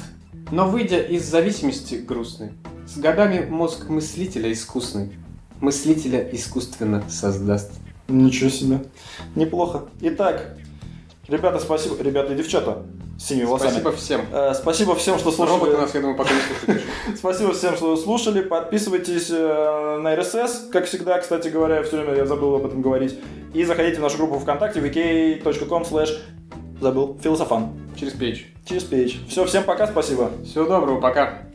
[SPEAKER 2] но выйдя из зависимости грустный, с годами мозг мыслителя искусный, мыслителя искусственно создаст.
[SPEAKER 1] Ничего себе. Неплохо. Итак, ребята, спасибо. Ребята и девчата с синими волосами.
[SPEAKER 2] Спасибо всем.
[SPEAKER 1] Э, спасибо всем, что слушали.
[SPEAKER 2] Роботы нас, я думаю, пока не слушают.
[SPEAKER 1] Спасибо всем, что слушали. Подписывайтесь э, на RSS, как всегда, кстати говоря, все время я забыл об этом говорить. И заходите в нашу группу ВКонтакте vk.com slash забыл философан
[SPEAKER 2] Через печь.
[SPEAKER 1] через page. Все, всем пока, спасибо.
[SPEAKER 2] Всего доброго, пока.